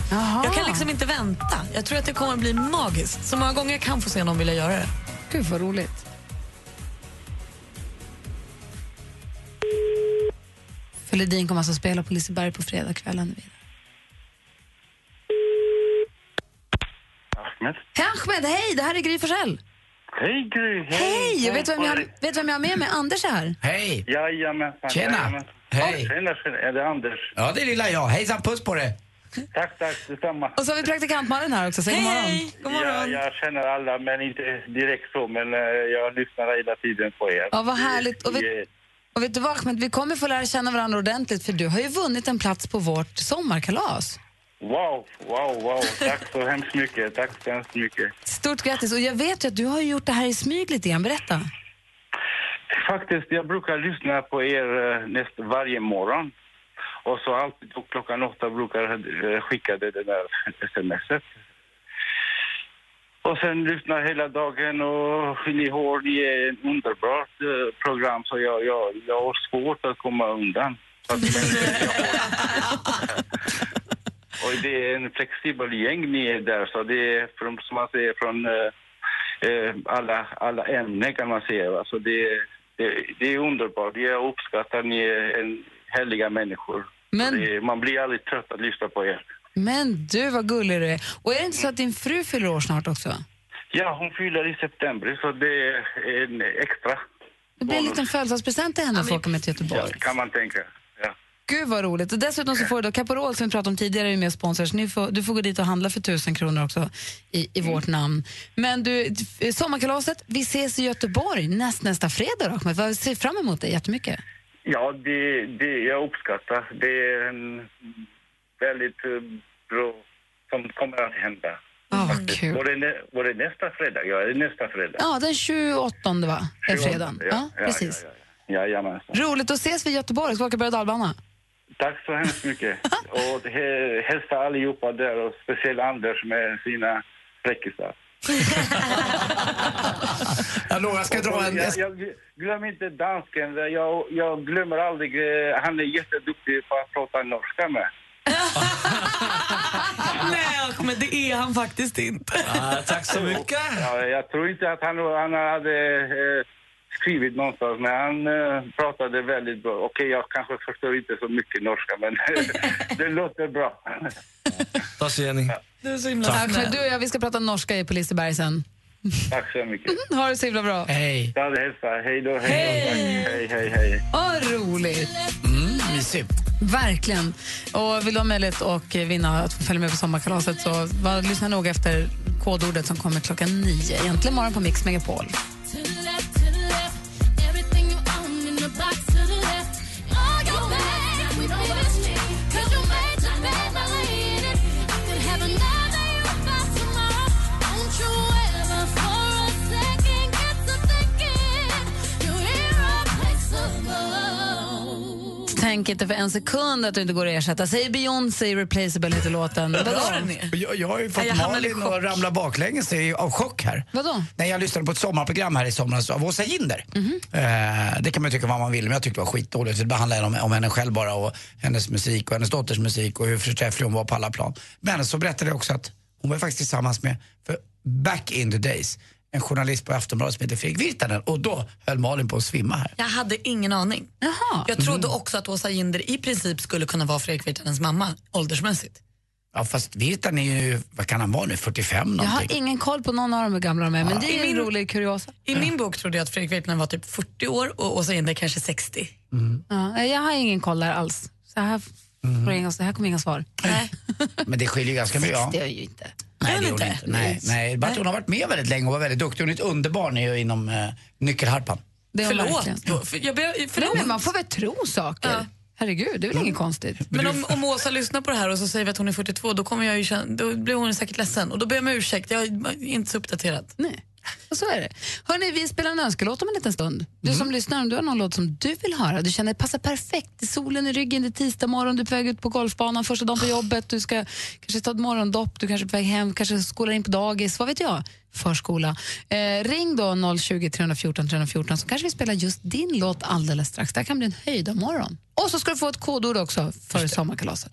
Speaker 6: Jag kan liksom inte vänta. Jag tror att det kommer bli magiskt. Så många gånger jag kan få se någon vilja göra det.
Speaker 3: Gud vad roligt. För Ledin kommer alltså att spela på Liseberg på fredagskvällen.
Speaker 21: Ahmed.
Speaker 3: Hej Ahmed, hej! Det här är Gry Forssell.
Speaker 21: Hej Gry!
Speaker 3: Hej! Vet vem jag,
Speaker 21: Hej.
Speaker 3: vet vem jag har med mig? Anders är här.
Speaker 4: Hej!
Speaker 21: Jajamensan!
Speaker 4: Tjena.
Speaker 21: jajamensan.
Speaker 4: Hej.
Speaker 21: Tjena, tjena! Är det Anders?
Speaker 4: Ja, det är lilla jag. Hejsan, puss på dig!
Speaker 21: Tack, tack detsamma!
Speaker 3: Och så har vi praktikant Malin här också. Säg god morgon.
Speaker 21: Ja, jag känner alla, men inte direkt så, men eh, jag lyssnar hela tiden på er.
Speaker 3: Ja, vad härligt. Och vet,
Speaker 21: Eh,
Speaker 3: och vet du vad Ahmed, vi kommer få lära känna varandra ordentligt för du har ju vunnit en plats på vårt sommarkalas.
Speaker 21: Wow, wow, wow! Tack så hemskt mycket, tack så hemskt mycket.
Speaker 3: Stort grattis! Och jag vet ju att du har ju gjort det här i smyg lite grann. Berätta.
Speaker 21: Faktiskt, jag brukar lyssna på er eh, näst varje morgon. Och så alltid och klockan åtta brukar jag eh, skicka det, det där smset. Och sen lyssnar hela dagen och ni har ni är ett underbart eh, program så jag, jag, jag har svårt att komma undan. Så att- och det är en flexibel gäng ni är där så det är från, som man säger från eh, eh, alla, alla ämnen kan man säga. va. Så det, det, det är underbart. Jag uppskattar ni är en härliga människor.
Speaker 3: Men-
Speaker 21: Det, man blir aldrig trött att lyssna på er.
Speaker 3: Men du, vad gullig du är. Och är det inte så att din fru fyller år snart också?
Speaker 21: Ja, hon fyller i september så det är en extra.
Speaker 3: Det blir en liten födelsedagspresent till henne att få åka med till Göteborg.
Speaker 21: Ja, kan man tänka. Ja.
Speaker 3: Gud vad roligt. Och dessutom så får du då Caporol som vi pratade om tidigare är ju med och sponsrar så ni får, du får gå dit och handla för tusen kronor också i, i vårt namn. Men du, f- sommarkalaset, vi ses i Göteborg näst, nästa fredag då, Ahmed. Jag ser fram emot det jättemycket.
Speaker 21: Ja, det, det jag uppskattar. Det är en väldigt eh, bra som kommer att hända.
Speaker 3: Ja, Ah, vad
Speaker 21: Faktiskt.
Speaker 3: kul.
Speaker 21: Var, det, nä- var det nästa fredag? Ja, det är nästa fredag.
Speaker 3: Ja, den 28 va? Är fredagen. Ja, precis.
Speaker 21: Ja, ja, ja. Jajamensan.
Speaker 3: Roligt, då ses vi i Göteborg. Ska åka berg och dalbana.
Speaker 21: Tack så hemskt mycket. Och he- hälsa allihopa där och speciellt Anders med sina
Speaker 4: <laughs>
Speaker 21: fräckisar.
Speaker 4: Jag lovar, jag ska dra en...
Speaker 21: Jag, jag, glöm inte dansken. Jag, jag glömmer aldrig. eh, Han är jätteduktig på att prata norska med.
Speaker 6: Nej, men det är han faktiskt inte.
Speaker 21: tack så mycket. Ja, jag tror inte att han, han hade eh, skrivit någonstans, men han eh, pratade väldigt bra. Okej, jag kanske förstår inte så mycket norska, men <laughs> det låter bra.
Speaker 5: Tack så ni.
Speaker 6: Du är så
Speaker 5: himla
Speaker 3: Tack. Du och jag, vi ska prata norska i på Liseberg sen. Mhm,
Speaker 21: Tack så mycket.
Speaker 3: Ha det så himla bra.
Speaker 21: Eh.
Speaker 4: Hej.
Speaker 21: Ja, det hälsar. Hej då. Hej. då. Hej, hej, hej.
Speaker 3: Åh, roligt!
Speaker 4: Mm, mysigt.
Speaker 3: Verkligen. Och vill du ha möjlighet att vinna att få följa med på sommarkalaset så var, lyssna noga efter kodordet som kommer klockan nio. Egentligen morgon på Mix Megapol. Tänk inte för en sekund att du inte går att ersätta. Säger Beyoncé i Replaceable heter låten. Vadå?
Speaker 4: Jag, jag har ju fått
Speaker 3: Jag hamnade i
Speaker 4: Malin att
Speaker 3: chock.
Speaker 4: ramla baklänges i- av chock här.
Speaker 3: Vadå?
Speaker 4: Nej, jag lyssnade på ett sommarprogram här i somras av Åsa Ginder.
Speaker 3: Mhm.
Speaker 4: Eh, det kan man ju tycka vad man vill, men jag tyckte det var skitdåligt. för Det handlade om, om henne själv bara och hennes musik och hennes dotters musik och hur förträfflig hon var på alla plan. Men så berättade jag också att hon var faktiskt tillsammans med, för back in the days, en journalist på Aftonbladet som heter Fredrik Virtanen och då höll Malin på att svimma här.
Speaker 6: Jag hade ingen aning. Jag trodde också att Åsa Ginder i princip skulle kunna vara Fredrik Virtanens mamma åldersmässigt.
Speaker 4: Ja, fast Virtanen är ju, vad kan han vara nu, 45
Speaker 3: Jag har
Speaker 4: någonting?
Speaker 3: ingen koll på någon av de här gamla de är, men
Speaker 4: Ja.
Speaker 3: det är en rolig kuriosa.
Speaker 6: I min bok trodde jag att Fredrik Virtanen var typ 40 år och Åsa Ginder kanske 60.
Speaker 3: Ja, jag har ingen koll där alls. Så här,
Speaker 6: Mhm.
Speaker 3: får jag inga, så här kommer inga svar.
Speaker 4: Men det skiljer ju ganska mycket. ja.
Speaker 3: 60 är ju inte.
Speaker 4: Nej,
Speaker 3: Är
Speaker 4: det
Speaker 3: hon
Speaker 4: gjorde hon
Speaker 3: inte?
Speaker 4: inte. Nej, nej. Bara att hon har varit med väldigt länge och var väldigt duktig. Hon är ett underbarn i- inom eh, nyckelharpan.
Speaker 3: Det är hon
Speaker 6: Förlåt.
Speaker 3: verkligen.
Speaker 6: För- Jag ber,
Speaker 3: Nej,
Speaker 6: förlåt.
Speaker 3: men man får väl tro saker. Herregud, det är väl inget konstigt.
Speaker 6: Men om, om Åsa lyssnar på det här och så säger vi att hon är 42, då, kommer jag ju känna, då blir hon säkert ledsen. Och då ber jag om ursäkt, jag är inte så uppdaterad.
Speaker 3: Nej. Och så är det. Hörrni, vi spelar en önskelåt om en liten stund. Du som lyssnar, om du har någon låt som du vill höra, du känner passar perfekt, det är solen i ryggen, det är tisdag morgon, du är på väg ut på golfbanan första dagen på jobbet, du ska kanske ta ett morgondopp, du kanske är på väg hem, kanske skolar in på dagis, vad vet jag? Förskola. Eh, ring då 020 314 314 så kanske vi spelar just din låt alldeles strax. Det här kan bli en höjda morgon. Och så ska du få ett kodord också för sommarkalaset.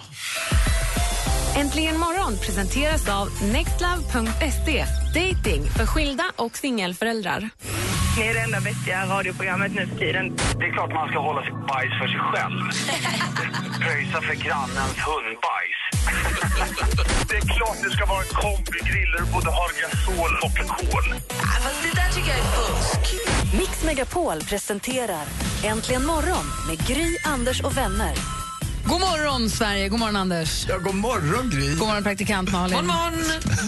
Speaker 14: Äntligen morgon presenteras av nextlove.se. Dating för skilda och singelföräldrar.
Speaker 22: Ni är det enda vettiga radioprogrammet nu för tiden.
Speaker 2: Det är klart man ska hålla sitt bajs för sig själv. Pröjsa för grannens hundbajs. det är klart det ska vara en kombigrill där du både har gasol och kol.
Speaker 22: det där tycker jag är fusk.
Speaker 1: Mix Megapol presenterar Äntligen morgon med Gry, Anders och vänner.
Speaker 3: God morgon, Sverige. God morgon, Anders.
Speaker 4: Ja, god morgon, Gry.
Speaker 3: God morgon, praktikant Malin.
Speaker 6: God morgon.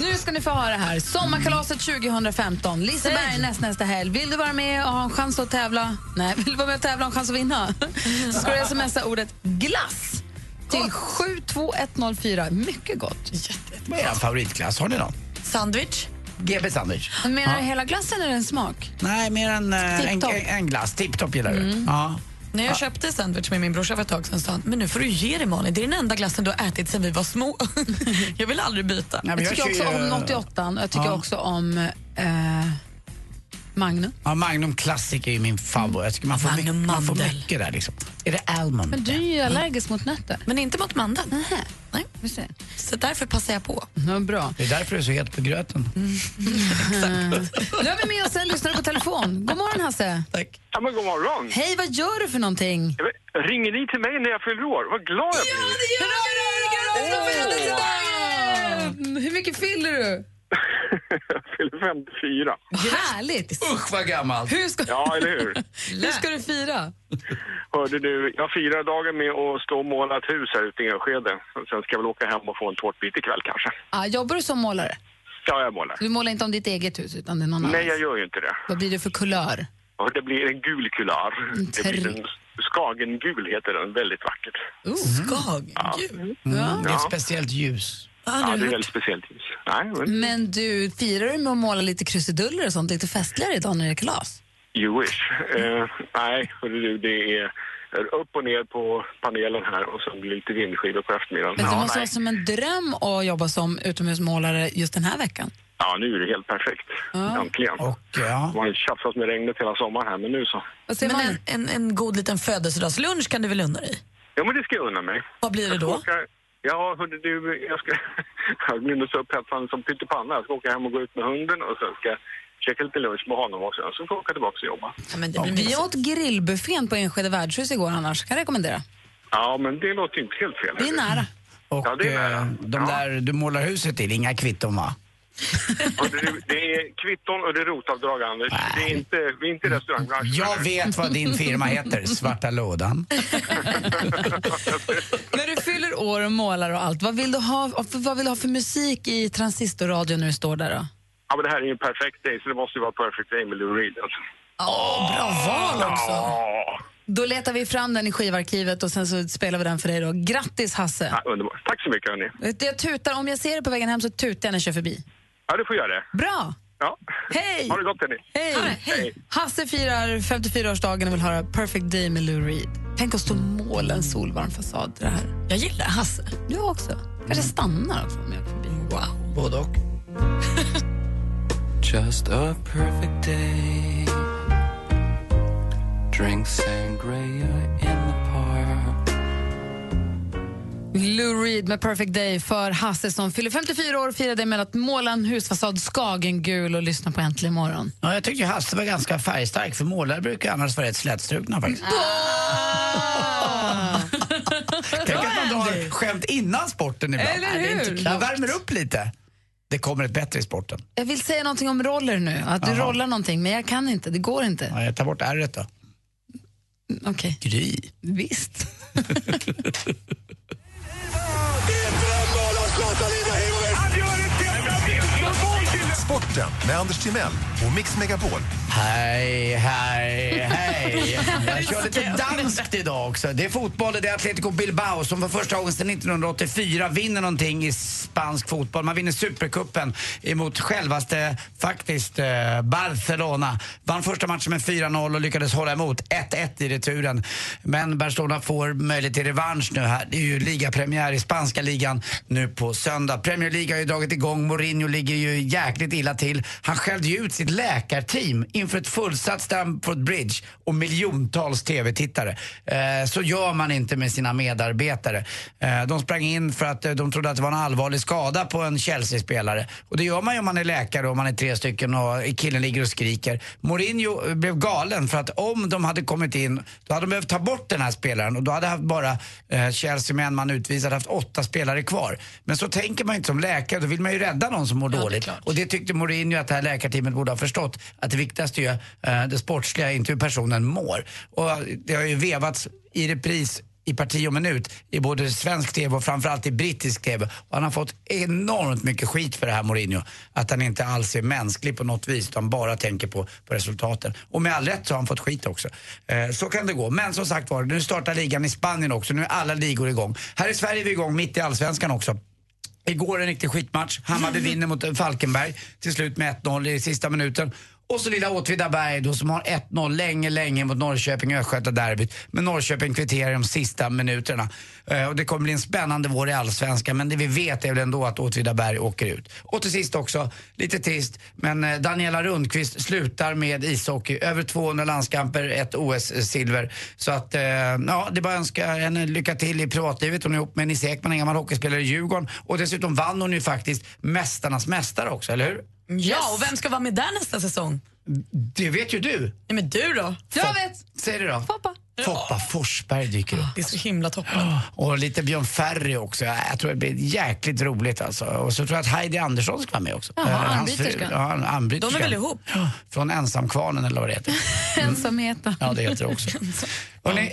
Speaker 3: Nu ska ni få höra här. Sommarkalaset 2015. Liseberg näst, nästa helg. Vill du vara med och ha en chans att tävla? Nej, vill du vara med och tävla och ha en chans att vinna? Så ska du smsa ordet glass till 72104. Mycket gott.
Speaker 4: Vad är er favoritglass? Har ni någon?
Speaker 6: Sandwich?
Speaker 4: GB sandwich.
Speaker 3: Menar du
Speaker 4: Ja.
Speaker 3: hela glassen eller en smak?
Speaker 4: Nej, mer än eh, en,
Speaker 3: Tipptopp. Mm.
Speaker 4: en, en glass. Tipptopp gillar du.
Speaker 3: <laughs>
Speaker 4: Ja.
Speaker 6: När jag
Speaker 4: Ah.
Speaker 6: köpte sandwich med min brorsa för ett tag sedan sa han, men nu får du ge dig Malin, det är den enda glassen du har ätit sedan vi var små. jag vill aldrig byta.
Speaker 4: Nej, men
Speaker 3: Jag tycker också om 88 och jag tycker
Speaker 4: Ja.
Speaker 3: också om eh, Magnum.
Speaker 4: ja, Magnum Classic är ju min favorit. Jag tycker man får, mycket, man får mycket där liksom. Är det almond?
Speaker 3: Men du är ju allergisk mot nötter.
Speaker 6: Men inte mot mandeln.
Speaker 3: Nej, vi ser.
Speaker 6: Så därför passar jag på.
Speaker 3: Ja, bra.
Speaker 4: Det är därför du är så het på gröten.
Speaker 3: Mm. <laughs> Nu har vi med oss en lyssnare på telefon. God morgon, Hasse.
Speaker 23: Ja, men god morgon.
Speaker 3: Hej, vad gör du för någonting?
Speaker 23: Ja, men Ringer ni till mig när jag fyller år? Vad glad jag blir!
Speaker 3: Hurra, hurra, hurra, hurra, hurra, hurra, hurra, hurra, hurra, hurra, hurra, hurra, hurra, hurra, hur mycket fyller du?
Speaker 23: jag fyller 54.
Speaker 3: Härligt!
Speaker 4: Usch vad gammalt!
Speaker 3: Hur ska,
Speaker 23: Ja, eller hur?
Speaker 3: hur ska du fira?
Speaker 23: Hörde du, jag firar dagen med att stå och måla ett hus här ute i Enskede. Och Sen ska jag väl åka hem och få en tårtbit ikväll kanske.
Speaker 3: Ah, jobbar du som målare?
Speaker 23: Ja, jag målar.
Speaker 3: Du målar inte om ditt eget hus, utan det är någon
Speaker 23: Nej,
Speaker 3: annans.
Speaker 23: jag gör ju inte det.
Speaker 3: Vad blir det för kulör?
Speaker 23: Och det blir en gul kulör.
Speaker 4: Mm,
Speaker 23: Det blir
Speaker 3: Tre-
Speaker 23: en skagengul heter den, väldigt vackert.
Speaker 3: Skagengul? Mm. Ja.
Speaker 4: Mm, Det är ett speciellt ljus. Mm.
Speaker 23: Ja, det är väldigt speciellt ljus. Nej, men
Speaker 3: Men du, firar du med att måla lite krusiduller och sånt lite festligare idag när det är kalas?
Speaker 23: you wish. Eh, nej, hörru du, det är upp och ner på panelen här och sen blir det lite vindskivor på eftermiddagen.
Speaker 3: Men det
Speaker 23: ja,
Speaker 3: måste
Speaker 23: nej.
Speaker 3: vara som en dröm att jobba som utomhusmålare just den här veckan.
Speaker 23: ja, nu är det helt perfekt.
Speaker 3: Ja.
Speaker 23: Äntligen. Man har ju tjafsat med regnet hela sommaren här, men nu så.
Speaker 6: Men en, en, en god liten födelsedagslunch kan du väl unna dig?
Speaker 23: Ja, men det ska jag unna mig.
Speaker 6: Vad blir det då?
Speaker 23: Ja, hörde du, jag ska... <laughs> Jag blir nu så upphetsad som pyttipanna. Jag ska åka hem och gå ut med hunden och sen ska jag käka lite lunch med honom och sen så får jag åka tillbaka och jobba.
Speaker 3: Vi åt grillbuffén på Enskede värdshus igår annars, kan jag rekommendera.
Speaker 23: Ja, men det låter ju inte helt fel.
Speaker 3: Det är nära.
Speaker 4: Och eh, de där du målar huset till, inga kvitton va?
Speaker 23: Hörde du, Alltså, det är kvitton och det är rotavdrag, Anders. Det är inte, vi är inte i restaurangbranschen.
Speaker 4: Jag vet vad din firma heter, Svarta lådan.
Speaker 3: När du fyller år och målar och allt, vad vill du ha, vad vill du ha för musik i transistorradion när du står där då?
Speaker 23: <laughs> Ja, men det här är ju en perfekt day, så det måste ju vara perfect day med Lou Reed. Alltså.
Speaker 3: Åh, bra val också!
Speaker 23: Ja,
Speaker 3: Då letar vi fram den i skivarkivet och sen så spelar vi den för dig då. Grattis Hasse!
Speaker 23: ja, underbart. Tack så mycket, hörni.
Speaker 3: Jag tutar, om jag ser dig på vägen hem så tutar jag när jag kör förbi.
Speaker 23: Ja, du får göra det.
Speaker 3: Bra!
Speaker 23: Ja.
Speaker 3: Hej!
Speaker 23: Ha det gott, hörni.
Speaker 3: Hej!
Speaker 23: Hej.
Speaker 3: Hasse firar 54-årsdagen och vill höra Perfect Day med Lou Reed. Tänk att stå och måla en solvarm fasad till det här.
Speaker 6: Jag gillar Hasse.
Speaker 3: Jag också. Kanske stannar också om jag åker förbi. Wow.
Speaker 4: Både och.
Speaker 9: <laughs> Just a perfect day. Drink sangria in the park.
Speaker 3: Lou Reed med Perfect Day för Hasse som fyller 54 år och firar det med att måla en husfasad skagengul och lyssna på Äntligen morgon.
Speaker 4: Ja, jag tyckte ju Hasse var ganska färgstark, för målare brukar annars vara rätt slätstrukna faktiskt. Tänk att man drar skämt innan sporten ibland.
Speaker 3: Eller
Speaker 4: Nej, det är inte
Speaker 3: hur?
Speaker 4: klokt. Man värmer upp lite. Det kommer ett bättre i sporten.
Speaker 3: Jag vill säga någonting om roller nu, att du
Speaker 4: Jaha.
Speaker 3: rollar någonting, men jag kan inte, det går inte.
Speaker 4: Ja, jag tar bort ärret då.
Speaker 3: Okej.
Speaker 4: Gry.
Speaker 3: Visst.
Speaker 13: Sporten med Anders Timell och Mix Megapol.
Speaker 4: Hej, hej, Eh,
Speaker 13: <laughs>
Speaker 4: <laughs> hej. Jag kör lite danskt idag också. Det är fotboll, det är Atletico Bilbao som för första gången sedan 1984 vinner någonting i spansk fotboll. Man vinner Supercupen emot självaste, faktiskt, eh, Barcelona. Vann första matchen med 4-0 och lyckades hålla emot 1-1 i returen. Men Barcelona får möjlighet till revansch nu här. Det är ju ligapremiär i spanska ligan nu på söndag. Premier League har ju dragit igång. Mourinho ligger ju jäkligt illa till. Han skällde ju ut sitt läkarteam inför ett fullsatt Stamford Bridge och miljontals tv-tittare. Eh, så gör man inte med sina medarbetare. Eh, de sprang in för att eh, de trodde att det var en allvarlig skada på en Chelsea-spelare. Och det gör man ju om man är läkare och man är tre stycken och killen ligger och skriker. Mourinho eh, blev galen för att om de hade kommit in då hade de behövt ta bort den här spelaren och då hade haft bara eh, Chelsea med en man utvisad haft åtta spelare kvar. Men så tänker man ju inte som läkare, då vill man ju rädda någon som mår dåligt. Och det tyckte Mourinho att det här läkarteamet borde ha förstått. Att det viktigaste är eh, det sportsliga, inte hur personen mår. Och det har ju vevats i repris i parti och minut i både svensk tv och framförallt i brittisk tv. Och han har fått enormt mycket skit för det här Mourinho. Att han inte alls är mänsklig på något vis utan bara tänker på, på resultaten. Och med all rätt så har han fått skit också. Eh, så kan det gå. Men som sagt var, nu startar ligan i Spanien också. Nu är alla ligor igång. Här i Sverige är vi igång mitt i allsvenskan också. Igår en riktig skitmatch. Hammarby vinner mot Falkenberg till slut med 1-0 i sista minuten. Och så lilla Åtvidaberg då som har 1-0 länge, länge mot Norrköping och Östgötaderbyt. Men Norrköping kvitterar i de sista minuterna. Eh, och det kommer bli en spännande vår i Allsvenskan men det vi vet är väl ändå att Åtvidaberg åker ut. Och till sist också, lite trist, men eh, Daniela Rundqvist slutar med ishockey. Över 200 landskamper, ett OS-silver. Så att, eh, ja, det är bara att önska henne lycka till i privatlivet. Hon är ihop med Nisse Ekman, en gammal hockeyspelare i Djurgården. Och dessutom vann hon ju faktiskt Mästarnas mästare också, eller hur?
Speaker 6: Ja, och vem ska vara med där nästa säsong?
Speaker 4: Det vet ju du.
Speaker 6: Nej, men du då?
Speaker 4: Fop- Säg det då.
Speaker 3: Foppa.
Speaker 4: Toppa Forsberg dyker upp.
Speaker 6: Det är så himla toppen.
Speaker 4: Och lite Björn Ferry också. Jag jag tror det blir jäkligt roligt alltså. Och så tror jag att Heidi Andersson ska vara med också.
Speaker 3: Jaha,
Speaker 4: Eh, hans
Speaker 3: anbryterskan.
Speaker 4: fru. Ja, an- anbryterskan.
Speaker 3: De är väl ihop?
Speaker 4: Ja, Från Ensamkvarnen eller vad det heter.
Speaker 3: <laughs> Ensamheten.
Speaker 4: Ja, det heter det också. Hörrni,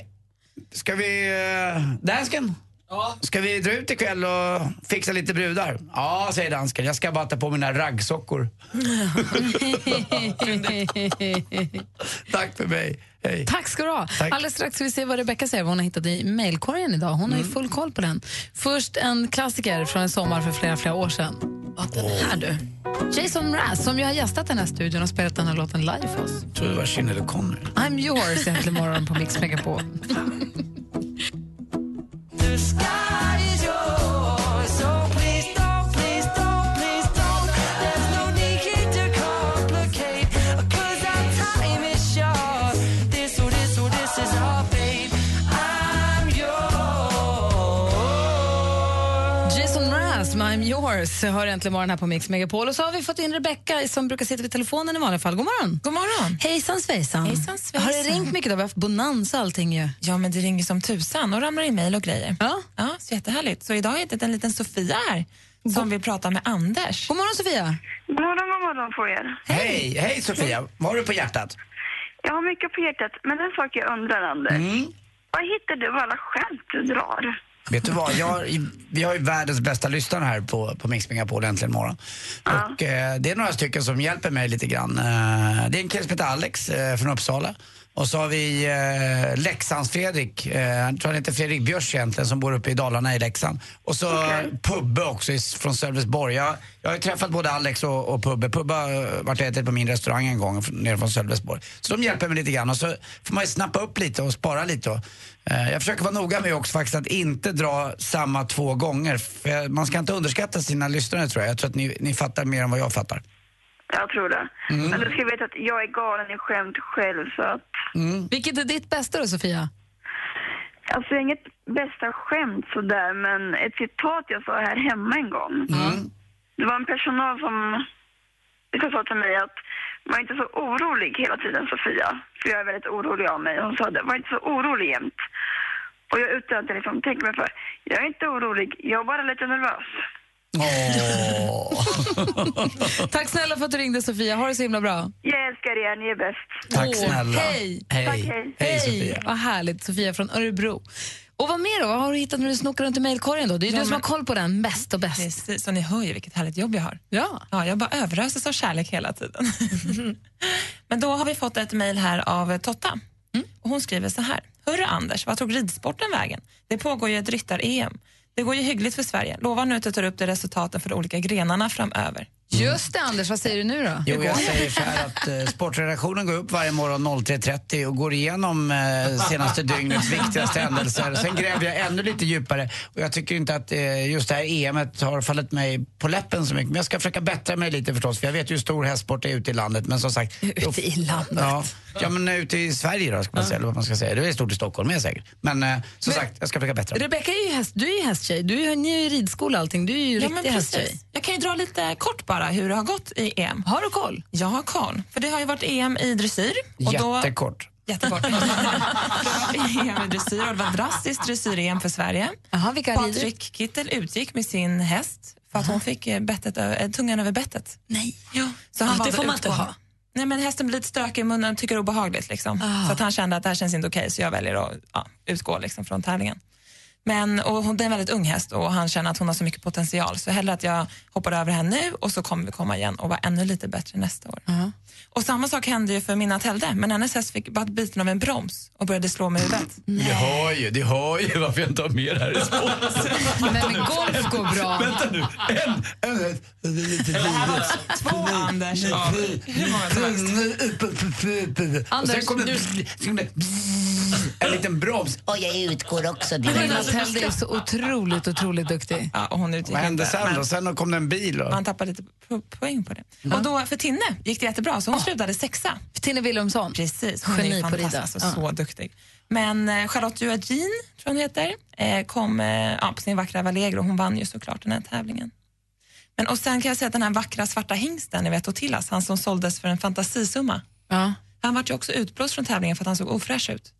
Speaker 4: ska vi... eh, dansken? Ja. Ska vi dra ut ikväll och fixa lite brudar? Ja, säger dansken. Jag ska bara ta på mina raggsockor.
Speaker 3: <laughs>
Speaker 4: Tack för mig. Hej.
Speaker 3: Tack ska du ha.
Speaker 4: Tack.
Speaker 3: Alldeles strax ska vi se vad Rebecca säger, vad hon har hittat i mejlkorgen idag. Hon har ju full koll på den. Först en klassiker från en sommar för flera, flera år sedan. Vad den här du. Jason Mraz, som ju har gästat den här studion, har spelat den här låten live för oss.
Speaker 4: Jag tror det var Sinéad O'Connor.
Speaker 3: I'm yours egentligen morgon på Mix Megapol.
Speaker 10: The sky is yours, so please don't, please don't, please don't. There's no need to complicate, 'cause our time is short. This, oh, this, oh, this is all, babe. I'm yours.
Speaker 3: Jason Mraz med I'm yours hör äntligen morgon här på Mix Megapol. Och så har vi fått in Rebecca som brukar sitta vid telefonen i vanliga fall. God morgon!
Speaker 7: God morgon!
Speaker 3: Hejsan svejsan!
Speaker 7: Hejsan svejsan.
Speaker 3: Har det ringt
Speaker 7: <laughs>
Speaker 3: mycket? Då? Vi har haft bonanza och allting ju.
Speaker 7: Ja, men det ringer som tusan och ramlar in mejl och grejer.
Speaker 3: Ja.
Speaker 7: ja, så jättehärligt. Så idag har jag hittat en liten Sofia här som vill prata med Anders.
Speaker 3: God morgon Sofia!
Speaker 22: God morgon, god morgon på er.
Speaker 4: Hej, hej Sofia. Vad har du på hjärtat?
Speaker 22: Jag har mycket på hjärtat, men en sak jag undrar, Anders. Var hittar du alla skämt du drar?
Speaker 4: Mm. Vet du vad, jag, vi har ju världens bästa lyssnare här på, på Mix Megapol äntligen morgon. Och eh, det är några stycken som hjälper mig lite grann. Eh, det är en kille som heter Alex eh, från Uppsala. Och så har vi eh, Leksands-Fredrik, eh, jag tror han heter Fredrik Björs egentligen, som bor uppe i Dalarna i Leksand. Och så Pubbe också i- från Sölvesborg. Jag, jag har ju träffat både Alex och, och Pubbe. Pubbe har eh, varit och ätit på min restaurang en gång från- nere från Sölvesborg. Så de hjälper mig lite grann och så får man ju snappa upp lite och spara lite. Och, eh, jag försöker vara noga med också faktiskt att inte dra samma två gånger. För jag- man ska inte underskatta sina lyssnare tror jag. Jag tror att ni, ni fattar mer än vad jag fattar.
Speaker 22: Jag tror det.
Speaker 4: Mm.
Speaker 22: Men du ska veta att jag är galen i skämt själv, så att...
Speaker 3: Vilket är ditt bästa då Sofia?
Speaker 22: Alltså, jag har inget bästa skämt sådär, men ett citat jag sa här hemma en gång. Det var en personal som som sa till mig att var inte så orolig hela tiden, Sofia. För jag är väldigt orolig av mig. Hon sa det, var inte så orolig jämt. Och jag utdömde liksom, tänk mig för, jag är inte orolig, jag är bara lite nervös.
Speaker 3: <laughs> Tack snälla för att du ringde Sofia. Ha det så himla bra.
Speaker 22: Jag älskar er, ni är bäst.
Speaker 4: Tack
Speaker 3: Åh,
Speaker 4: snälla.
Speaker 3: Hej.
Speaker 4: Hej. Tack,
Speaker 22: hej.
Speaker 4: Hej,
Speaker 3: Hej,
Speaker 4: Sofia.
Speaker 3: Vad härligt. Sofia från Örebro. Och vad mer då? Vad har du hittat när du snokar runt i mejlkorgen då? Det är ju
Speaker 7: Ja,
Speaker 3: du som har
Speaker 7: men-
Speaker 3: koll på den bäst och bäst.
Speaker 7: Precis, och ni hör ju vilket härligt jobb jag har.
Speaker 3: Ja. Mm-hmm.
Speaker 7: ja jag bara överöses av kärlek hela tiden. <laughs> Men då har vi fått ett mejl här av Totta.
Speaker 3: Mm.
Speaker 7: Och hon skriver så här. Hörru Anders, vad tog ridsporten vägen? Det pågår ju ett ryttar-EM. Det går ju hyggligt för Sverige. Lova nu att du tar upp de resultaten för de olika grenarna framöver.
Speaker 3: Just det Anders, vad säger du nu då?
Speaker 4: Jo, jag säger så här att eh, sportredaktionen går upp varje morgon 03.30 och går igenom eh, senaste dygnets viktigaste händelser. Sen gräver jag ännu lite djupare och jag tycker inte att eh, just det här EMet har fallit mig på läppen så mycket. Men jag ska försöka bättra mig lite förstås, för jag vet ju hur stor hästsport det är ute i landet. Men som sagt... Ute
Speaker 3: i landet?
Speaker 4: Ja, ja men eh, ute i Sverige då, ska man säga, eller vad man ska säga. Det är stort i Stockholm med säkert. Men eh, som sagt, jag ska försöka bättra
Speaker 3: <laughs>
Speaker 4: mig.
Speaker 3: Rebecka är ju häst, du är ju hästtjej. Du är, ni är ju i ridskola och allting. Du är ju
Speaker 7: Ja, men
Speaker 3: riktig hästtjej.
Speaker 7: precis. Jag kan ju dra lite kort bara hur det har gått i EM.
Speaker 3: Har du koll?
Speaker 7: Jag har koll. För det har ju varit EM i dressyr. Och då, <laughs>
Speaker 4: Jättekort.
Speaker 7: jättekort. Det var EM i dressyr och det var drastiskt dressyr-EM för Sverige.
Speaker 3: Aha, vilka rider?
Speaker 7: Patrik Kittel utgick med sin häst för att hon fick eh, bettet, ö- eh, tungan över bettet.
Speaker 3: Nej.
Speaker 7: Ja, så
Speaker 6: Ah, det
Speaker 7: valde
Speaker 6: får man inte
Speaker 7: utgång.
Speaker 6: ha.
Speaker 7: Nej, men hästen blir lite stökig i munnen och tycker det är obehagligt. Liksom.
Speaker 6: Ah.
Speaker 7: Så att han kände att det här känns inte okej så jag väljer att ja, utgå liksom, från tävlingen. Men, och hon, det är en väldigt ung häst och han känner att hon har så mycket potential så hellre att jag hoppar över henne nu och så kommer vi komma igen och vara ännu lite bättre nästa år. Och samma sak hände ju för Minna Telde, men hennes häst fick bara biten av en broms och började slå med huvudet.
Speaker 4: Det hör ju, det hör ju varför jag inte har mer här i sport.
Speaker 3: <laughs> Nej, men golf går bra.
Speaker 4: Vänta nu, en, en, en,
Speaker 7: Två Anders. Ja. Hur många som helst.
Speaker 4: Anders, sen kom det, sen kom det en liten broms.
Speaker 24: Och jag utgår också. Det är
Speaker 7: alltså,
Speaker 3: Minna Telde är så otroligt, otroligt duktig.
Speaker 7: Ja, och hon utgick
Speaker 4: Vad hände
Speaker 7: inte,
Speaker 4: sen
Speaker 7: men-
Speaker 4: då? Sen kom det en bil. Och...
Speaker 7: Man tappar lite po- poäng på det. Och då för Tinne gick det jättebra, så hon slutade sexa.
Speaker 3: Tinne Willumsson.
Speaker 7: Precis, hon
Speaker 3: Geni
Speaker 7: är ju
Speaker 3: på att
Speaker 7: fantastisk,
Speaker 3: rida.
Speaker 7: alltså,
Speaker 3: Ja.
Speaker 7: så duktig. Men eh, Charlotte Joagin, tror jag hon heter, eh, kom eh, ja, på sin vackra Vallegro. Hon vann ju såklart den här tävlingen. Men, och sen kan jag säga att den här vackra svarta hingsten, ni vet Ottilas, han som såldes för en fantasisumma.
Speaker 3: Ja.
Speaker 7: Han var ju också utblåst från tävlingen för att han såg ofräsch ut.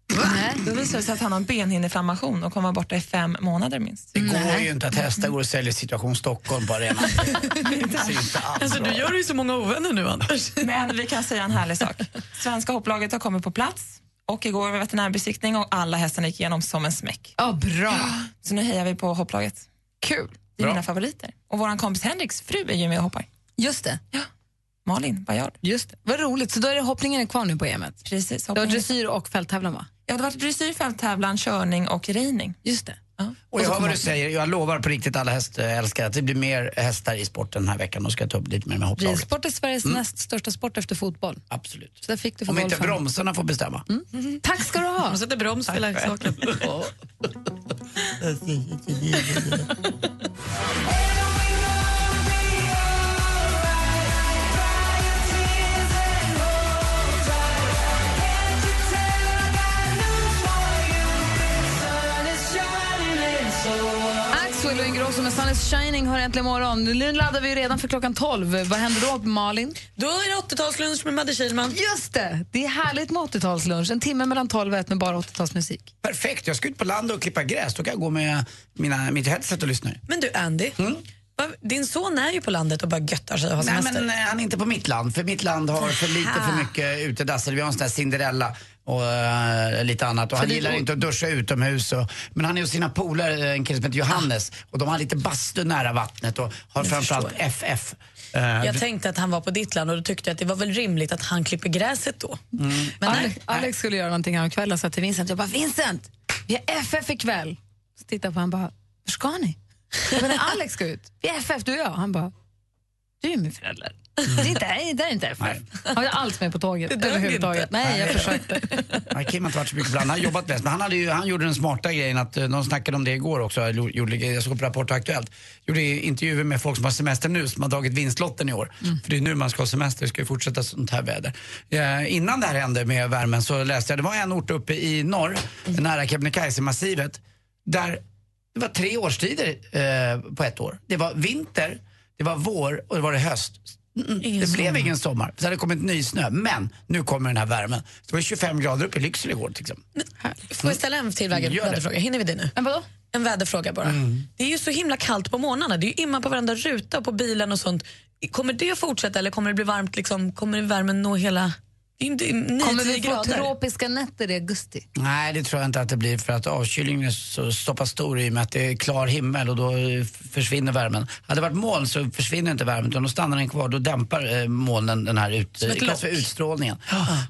Speaker 7: Då visade det sig att han har en benhinneinflammation och kommer vara borta i fem månader minst. Mm.
Speaker 4: Det går ju inte att hästar går och säljer Situation Stockholm
Speaker 7: <laughs>
Speaker 4: på arenan.
Speaker 7: Alltså, du gör ju så många ovänner nu, Anders. Men vi kan säga en härlig sak. Svenska hopplaget har kommit på plats och igår var veterinärbesiktning och alla hästarna gick igenom som en smäck.
Speaker 3: Ja, bra.
Speaker 7: Så nu hejar vi på hopplaget. Kul. Det är
Speaker 3: Bra.
Speaker 7: mina favoriter. Och vår kompis Henriks fru är ju med och hoppar.
Speaker 3: Just det.
Speaker 7: Ja. Malin Bajard.
Speaker 3: Just det. Vad roligt. Så då är det hoppningen kvar nu på EMet?
Speaker 7: Precis.
Speaker 3: Du har dressyr och fälttävlan, va?
Speaker 7: Ja, det har varit dressyr, fälttävlan, körning och reining.
Speaker 3: Just det.
Speaker 4: Och jag
Speaker 7: så
Speaker 4: hör
Speaker 7: kommer
Speaker 4: vad du säger, jag lovar på riktigt alla hästälskare att det blir mer hästar i sporten den här veckan. och ska jag ta upp lite mer med hopplaget. Mm.
Speaker 3: Ridsport är Sveriges näst största sport efter fotboll.
Speaker 4: Absolut.
Speaker 3: Så där fick du för
Speaker 4: Om inte
Speaker 3: golfen.
Speaker 4: bromsarna får bestämma.
Speaker 6: Mm-hmm.
Speaker 3: Mm. Tack ska du ha. De
Speaker 6: sätter broms för leksaken.
Speaker 3: Axel och Ingrosso med Sun is shining hör äntligen morgon. Nu laddar vi ju redan för klockan 12. Vad händer då, Malin?
Speaker 6: Då är det 80-talslunch med Madde Kihlman.
Speaker 3: Just det! Det är härligt med 80-talslunch. En timme mellan 12 och 1 med bara 80-talsmusik.
Speaker 4: Perfekt, jag ska ut på landet och klippa gräs. Då kan jag gå med mina, mitt headset och lyssna.
Speaker 6: Men du Andy,
Speaker 4: Mm.
Speaker 6: va- din son är ju på landet och bara göttar sig och har
Speaker 4: Nej,
Speaker 6: semester.
Speaker 4: men eh, han är inte på mitt land, för mitt land har för lite
Speaker 6: Aha.
Speaker 4: för mycket utedassel. Vi har en sån där Cinderella och eh, lite annat. Och
Speaker 6: Så
Speaker 4: han
Speaker 6: det är
Speaker 4: gillar
Speaker 6: då-
Speaker 4: inte att duscha utomhus. Och, men han är hos sina polare, en kille som heter
Speaker 6: Ah.
Speaker 4: Johannes, och de har lite bastu nära vattnet och har framförallt FF. eh,
Speaker 6: Jag tänkte att han var på ditt land och då tyckte jag att det var väl rimligt att han klipper gräset då. Men
Speaker 3: Alex, Alex skulle göra någonting häromkvällen och sa alltså, till Vincent, jag bara Vincent, vi har FF ikväll. Så tittar jag på honom och bara, var ska ni? Jag bara, Alex ska ut, vi är FF du och jag. Han bara, du är min förälder. Det är inte, nej, det är inte FF. Han var inte alls med på
Speaker 4: Det
Speaker 3: tåget
Speaker 4: dög
Speaker 3: överhuvudtaget.
Speaker 4: inte.
Speaker 3: Nej, jag
Speaker 4: Nej.
Speaker 3: försökte.
Speaker 4: Nej, Kim har inte varit så mycket bland. Han har jobbat mest. Men han, hade ju, han gjorde den smarta grejen att eh, de snackade om det igår också. Jag lo- Gjorde, jag såg på Rapport och Aktuellt. Gjorde intervjuer med folk som har semester nu som har dragit vinstlotten i år. För det är nu man ska ha semester. Det ska ju fortsätta sånt här väder. Eh, innan det här hände med värmen så läste jag. Det var en ort uppe i norr, nära Kebnekaise-massivet. Där det var tre årstider eh, på ett år. Det var vinter, det var vår och det var det höst. Mm, det blev ingen sommar. Så hade det kommit ny snö. Men nu kommer den här värmen. Det var 25 grader uppe i Lycksele igår till exempel.
Speaker 6: Får jag ställa en till vägen,
Speaker 4: Gör det. Mm.
Speaker 6: väderfråga? Hinner vi det nu?
Speaker 3: En, vadå?
Speaker 6: en väderfråga bara. Det är ju så himla kallt på morgnarna. Det är ju imma på varenda ruta och på bilen och sånt. Kommer det fortsätta eller kommer det bli varmt? Liksom, kommer värmen nå hela... Det är ju inte
Speaker 3: Kommer
Speaker 6: 9-10
Speaker 3: vi få
Speaker 6: grader.
Speaker 3: tropiska nätter i augusti?
Speaker 4: Nej, det tror jag inte att det blir för att avkylningen är så, så pass stor i och med att det är klar himmel och då eh, f- försvinner värmen. Hade det varit moln så försvinner inte värmen utan då stannar den kvar. Då dämpar eh, molnen den här ut,
Speaker 6: Som ett
Speaker 4: det kallas för
Speaker 6: lock.
Speaker 4: utstrålningen.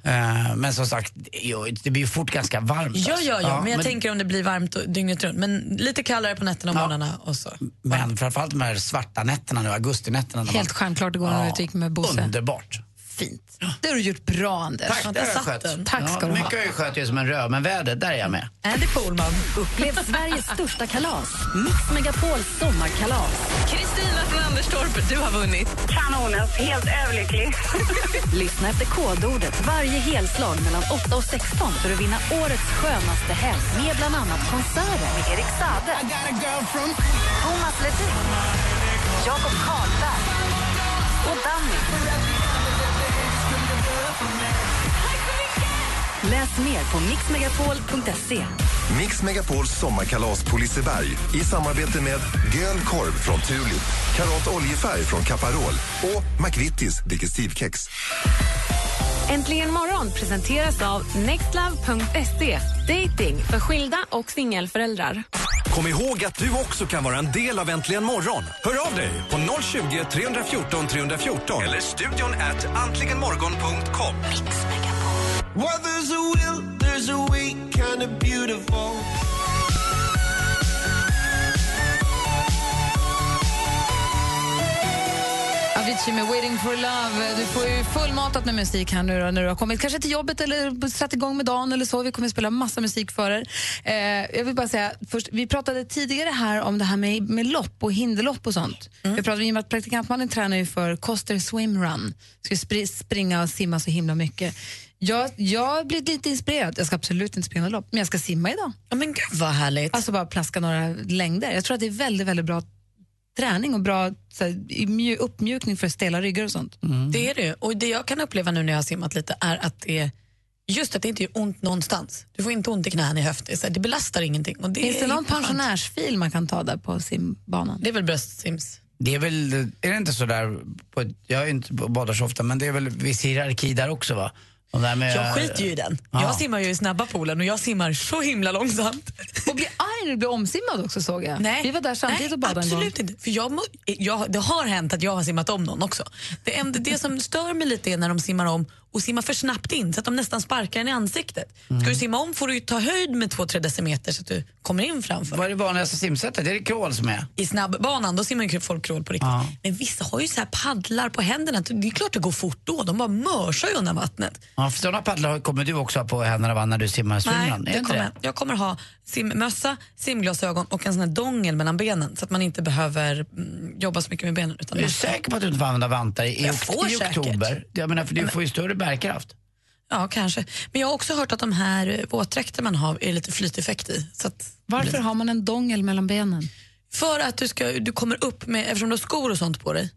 Speaker 4: Eh, men som sagt, det är ju- det blir ju fort ganska varmt.
Speaker 6: Ja,
Speaker 4: alltså.
Speaker 6: ja, ja, men jag tänker om det blir varmt och- dygnet runt. Men lite kallare på nätterna och morgnarna. Och så.
Speaker 4: Men framförallt de här svarta nätterna nu, augustinätterna. när
Speaker 3: Helt
Speaker 4: man-
Speaker 3: stjärnklart igår när
Speaker 4: Ja.
Speaker 3: du ute gick med Bosse.
Speaker 4: Underbart.
Speaker 3: Fint. Det har du gjort bra, Anders.
Speaker 4: Tack, där har jag skött.
Speaker 3: Tack ska
Speaker 4: ja,
Speaker 3: du ha.
Speaker 4: Mycket har jag skött ju som en röv, men vädret, där är jag med.
Speaker 6: Andy Pohlman.
Speaker 1: Upplev Sveriges största kalas. Mix Megapols sommarkalas.
Speaker 17: Kristina från Anderstorp, du har vunnit.
Speaker 1: Kanonens, helt överlycklig. <laughs> Lyssna efter kodordet varje helslag mellan 8 och 16 för att vinna årets skönaste helg med bland annat konserter med Erik Saade, Thomas Ledin, Jakob Karlberg och Danny. Läs mer på mixmegapol.se.
Speaker 13: Mix Megapols sommarkalas på Liseberg i samarbete med Göl Korv från Tulip, Karat Oljefärg från Caparol och McVittys Digestivkex.
Speaker 14: Äntligen morgon presenteras av nextlove.se. Dating för skilda och singelföräldrar.
Speaker 16: Kom ihåg att du också kan vara en del av Äntligen morgon. Hör av dig på 020 314 314 eller studion at antligenmorgon.com.
Speaker 10: Well, there's a will, there's a way, kind of beautiful.
Speaker 3: Avicii med Waiting for love. Du får ju fullmatat med musik här nu då, när du har kommit kanske till jobbet eller satt igång med dagen eller så. Vi kommer att spela massa musik för er. Eh, jag vill bara säga, först, vi pratade tidigare här om det här med, med lopp och hinderlopp och sånt.
Speaker 6: Mm.
Speaker 3: Vi pratade i och med att praktikantmannen tränar ju för Coster Swim Run. Ska ju spri, springa och simma så himla mycket. Jag, jag blir lite inspirerad. Jag ska absolut inte springa något lopp, men jag ska simma idag.
Speaker 6: Ja, men gud vad härligt.
Speaker 3: Alltså bara plaska några längder. Jag tror att det är väldigt, väldigt bra träning och bra så här, i mju- uppmjukning för stela ryggar och sånt.
Speaker 6: Det är det. Och det jag kan uppleva nu när jag har simmat lite är att det är just att det inte gör ont någonstans. Du får inte ont i knän i höften. så här, Det belastar ingenting. Och det
Speaker 3: Finns det
Speaker 6: är
Speaker 3: någon
Speaker 6: skönt.
Speaker 3: pensionärsfil man kan ta där på simbanan?
Speaker 6: Det är väl bröstsims?
Speaker 4: Det är väl, är det inte så där, på, jag är ju inte badar så ofta, men det är väl viss hierarki där också va? De där med,
Speaker 6: Jag skiter ju i den.
Speaker 4: Eh, Ja.
Speaker 6: Jag simmar ju i snabba poolen och jag simmar så himla långsamt.
Speaker 3: Och blir arg när du blir omsimmad också såg jag.
Speaker 6: Nej,
Speaker 3: Vi var där samtidigt
Speaker 6: nej,
Speaker 3: och badade en gång.
Speaker 6: absolut inte. För jag, må- jag, det har hänt att jag har simmat om någon också. Det, enda, det som stör mig lite är när de simmar om och simmar för snabbt in så att de nästan sparkar en i ansiktet.
Speaker 3: Mm.
Speaker 6: Ska du simma om får du ju ta höjd med 2-3 decimeter så att du kommer in framför.
Speaker 4: Vad är det vanligaste simsättet? Det är det crawl som är?
Speaker 6: I snabbbanan, då simmar ju folk crawl på riktigt. Men vissa har ju så här paddlar på händerna. Det är klart det går fort då. De bara mörsar ju undan vattnet.
Speaker 4: Ja, för sådana paddlar kommer du också ha på händerna va, när du simmar i
Speaker 6: Nej,
Speaker 4: Finland? Är
Speaker 6: det
Speaker 4: inte
Speaker 6: kommer, jag. jag kommer ha simmössa, simglasögon och en sån här dongel mellan benen så att man inte behöver mm, jobba så mycket med benen. Utan
Speaker 4: Är du
Speaker 6: man-
Speaker 4: säker på att du inte får använda vantar i,
Speaker 6: Jag
Speaker 4: ok-
Speaker 6: får
Speaker 4: i
Speaker 6: säkert.
Speaker 4: oktober? Jag menar, för du får ju större bärkraft.
Speaker 6: Ja, kanske. Men jag har också hört att de här eh, våtdräkter man har är lite flyteffekt i. Så att,
Speaker 3: Varför har man en dongel mellan benen?
Speaker 6: För att du, ska, du kommer upp med, eftersom du har skor och sånt på dig,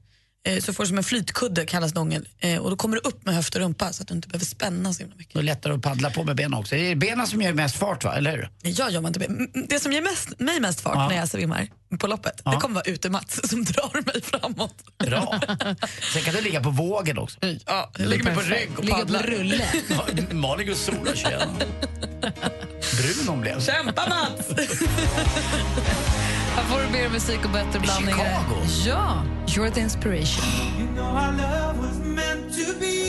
Speaker 6: eh, så får du som en flytkudde, kallas dongel. Eh, och då kommer du upp med höft och rumpa så att du inte behöver spänna så himla mycket.
Speaker 4: Då är det lättare att paddla på med benen också. Det är benen som gör mest fart va, eller hur?
Speaker 6: Men Jag gör man inte med. Mm, Det som ger mest, mig mest fart när jag svimmar på loppet, det kommer vara utemats <laughs> som drar mig framåt.
Speaker 4: Bra. Sen kan du ligga på vågen också.
Speaker 6: Ja,
Speaker 4: jag lägger mig på
Speaker 6: Perfekt.
Speaker 4: rygg och
Speaker 6: Ligga på
Speaker 4: paddlar.
Speaker 6: rulle.
Speaker 4: Ja, <laughs> Malin går och solar sig igen. Brun hon blev.
Speaker 6: Kämpa Mats!
Speaker 3: <laughs> Här får du mer musik och bättre blandningar.
Speaker 10: Chicago.
Speaker 3: Ja, You're the inspiration.
Speaker 10: You know our love was meant to be.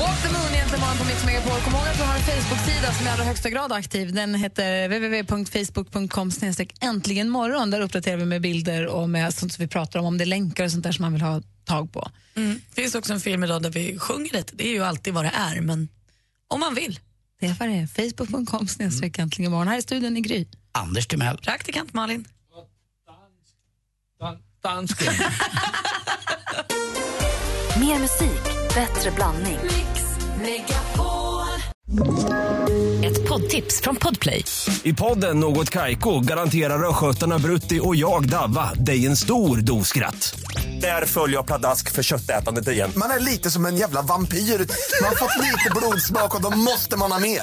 Speaker 3: Walk the Moon egentligen morgon på Mix Megapol. Kom ihåg att vi har en Facebook-sida som är i allra högsta grad aktiv. Den heter www.facebook.com äntligen morgon. Där uppdaterar vi med bilder och med sånt som vi pratar om, om det är länkar och sånt där som man vill ha tag på.
Speaker 6: Mm. Det finns också en film idag där vi sjunger lite. Det är ju alltid vad det är, men om man vill.
Speaker 3: Det är vad det är. Facebook.com äntligen morgon. Här i studion i Gry.
Speaker 4: Anders Timell.
Speaker 6: Praktikant Malin.
Speaker 4: Dansken.
Speaker 1: <laughs> Mer musik, bättre blandning.
Speaker 18: Ett poddtips från Podplay.
Speaker 16: I podden Något Kaiko garanterar östgötarna Brutti och jag, Davva, dig en stor dos skratt. Där följer jag pladask för köttätandet igen.
Speaker 20: Man är lite som en jävla vampyr. Man har fått lite blodsmak och då måste man ha mer.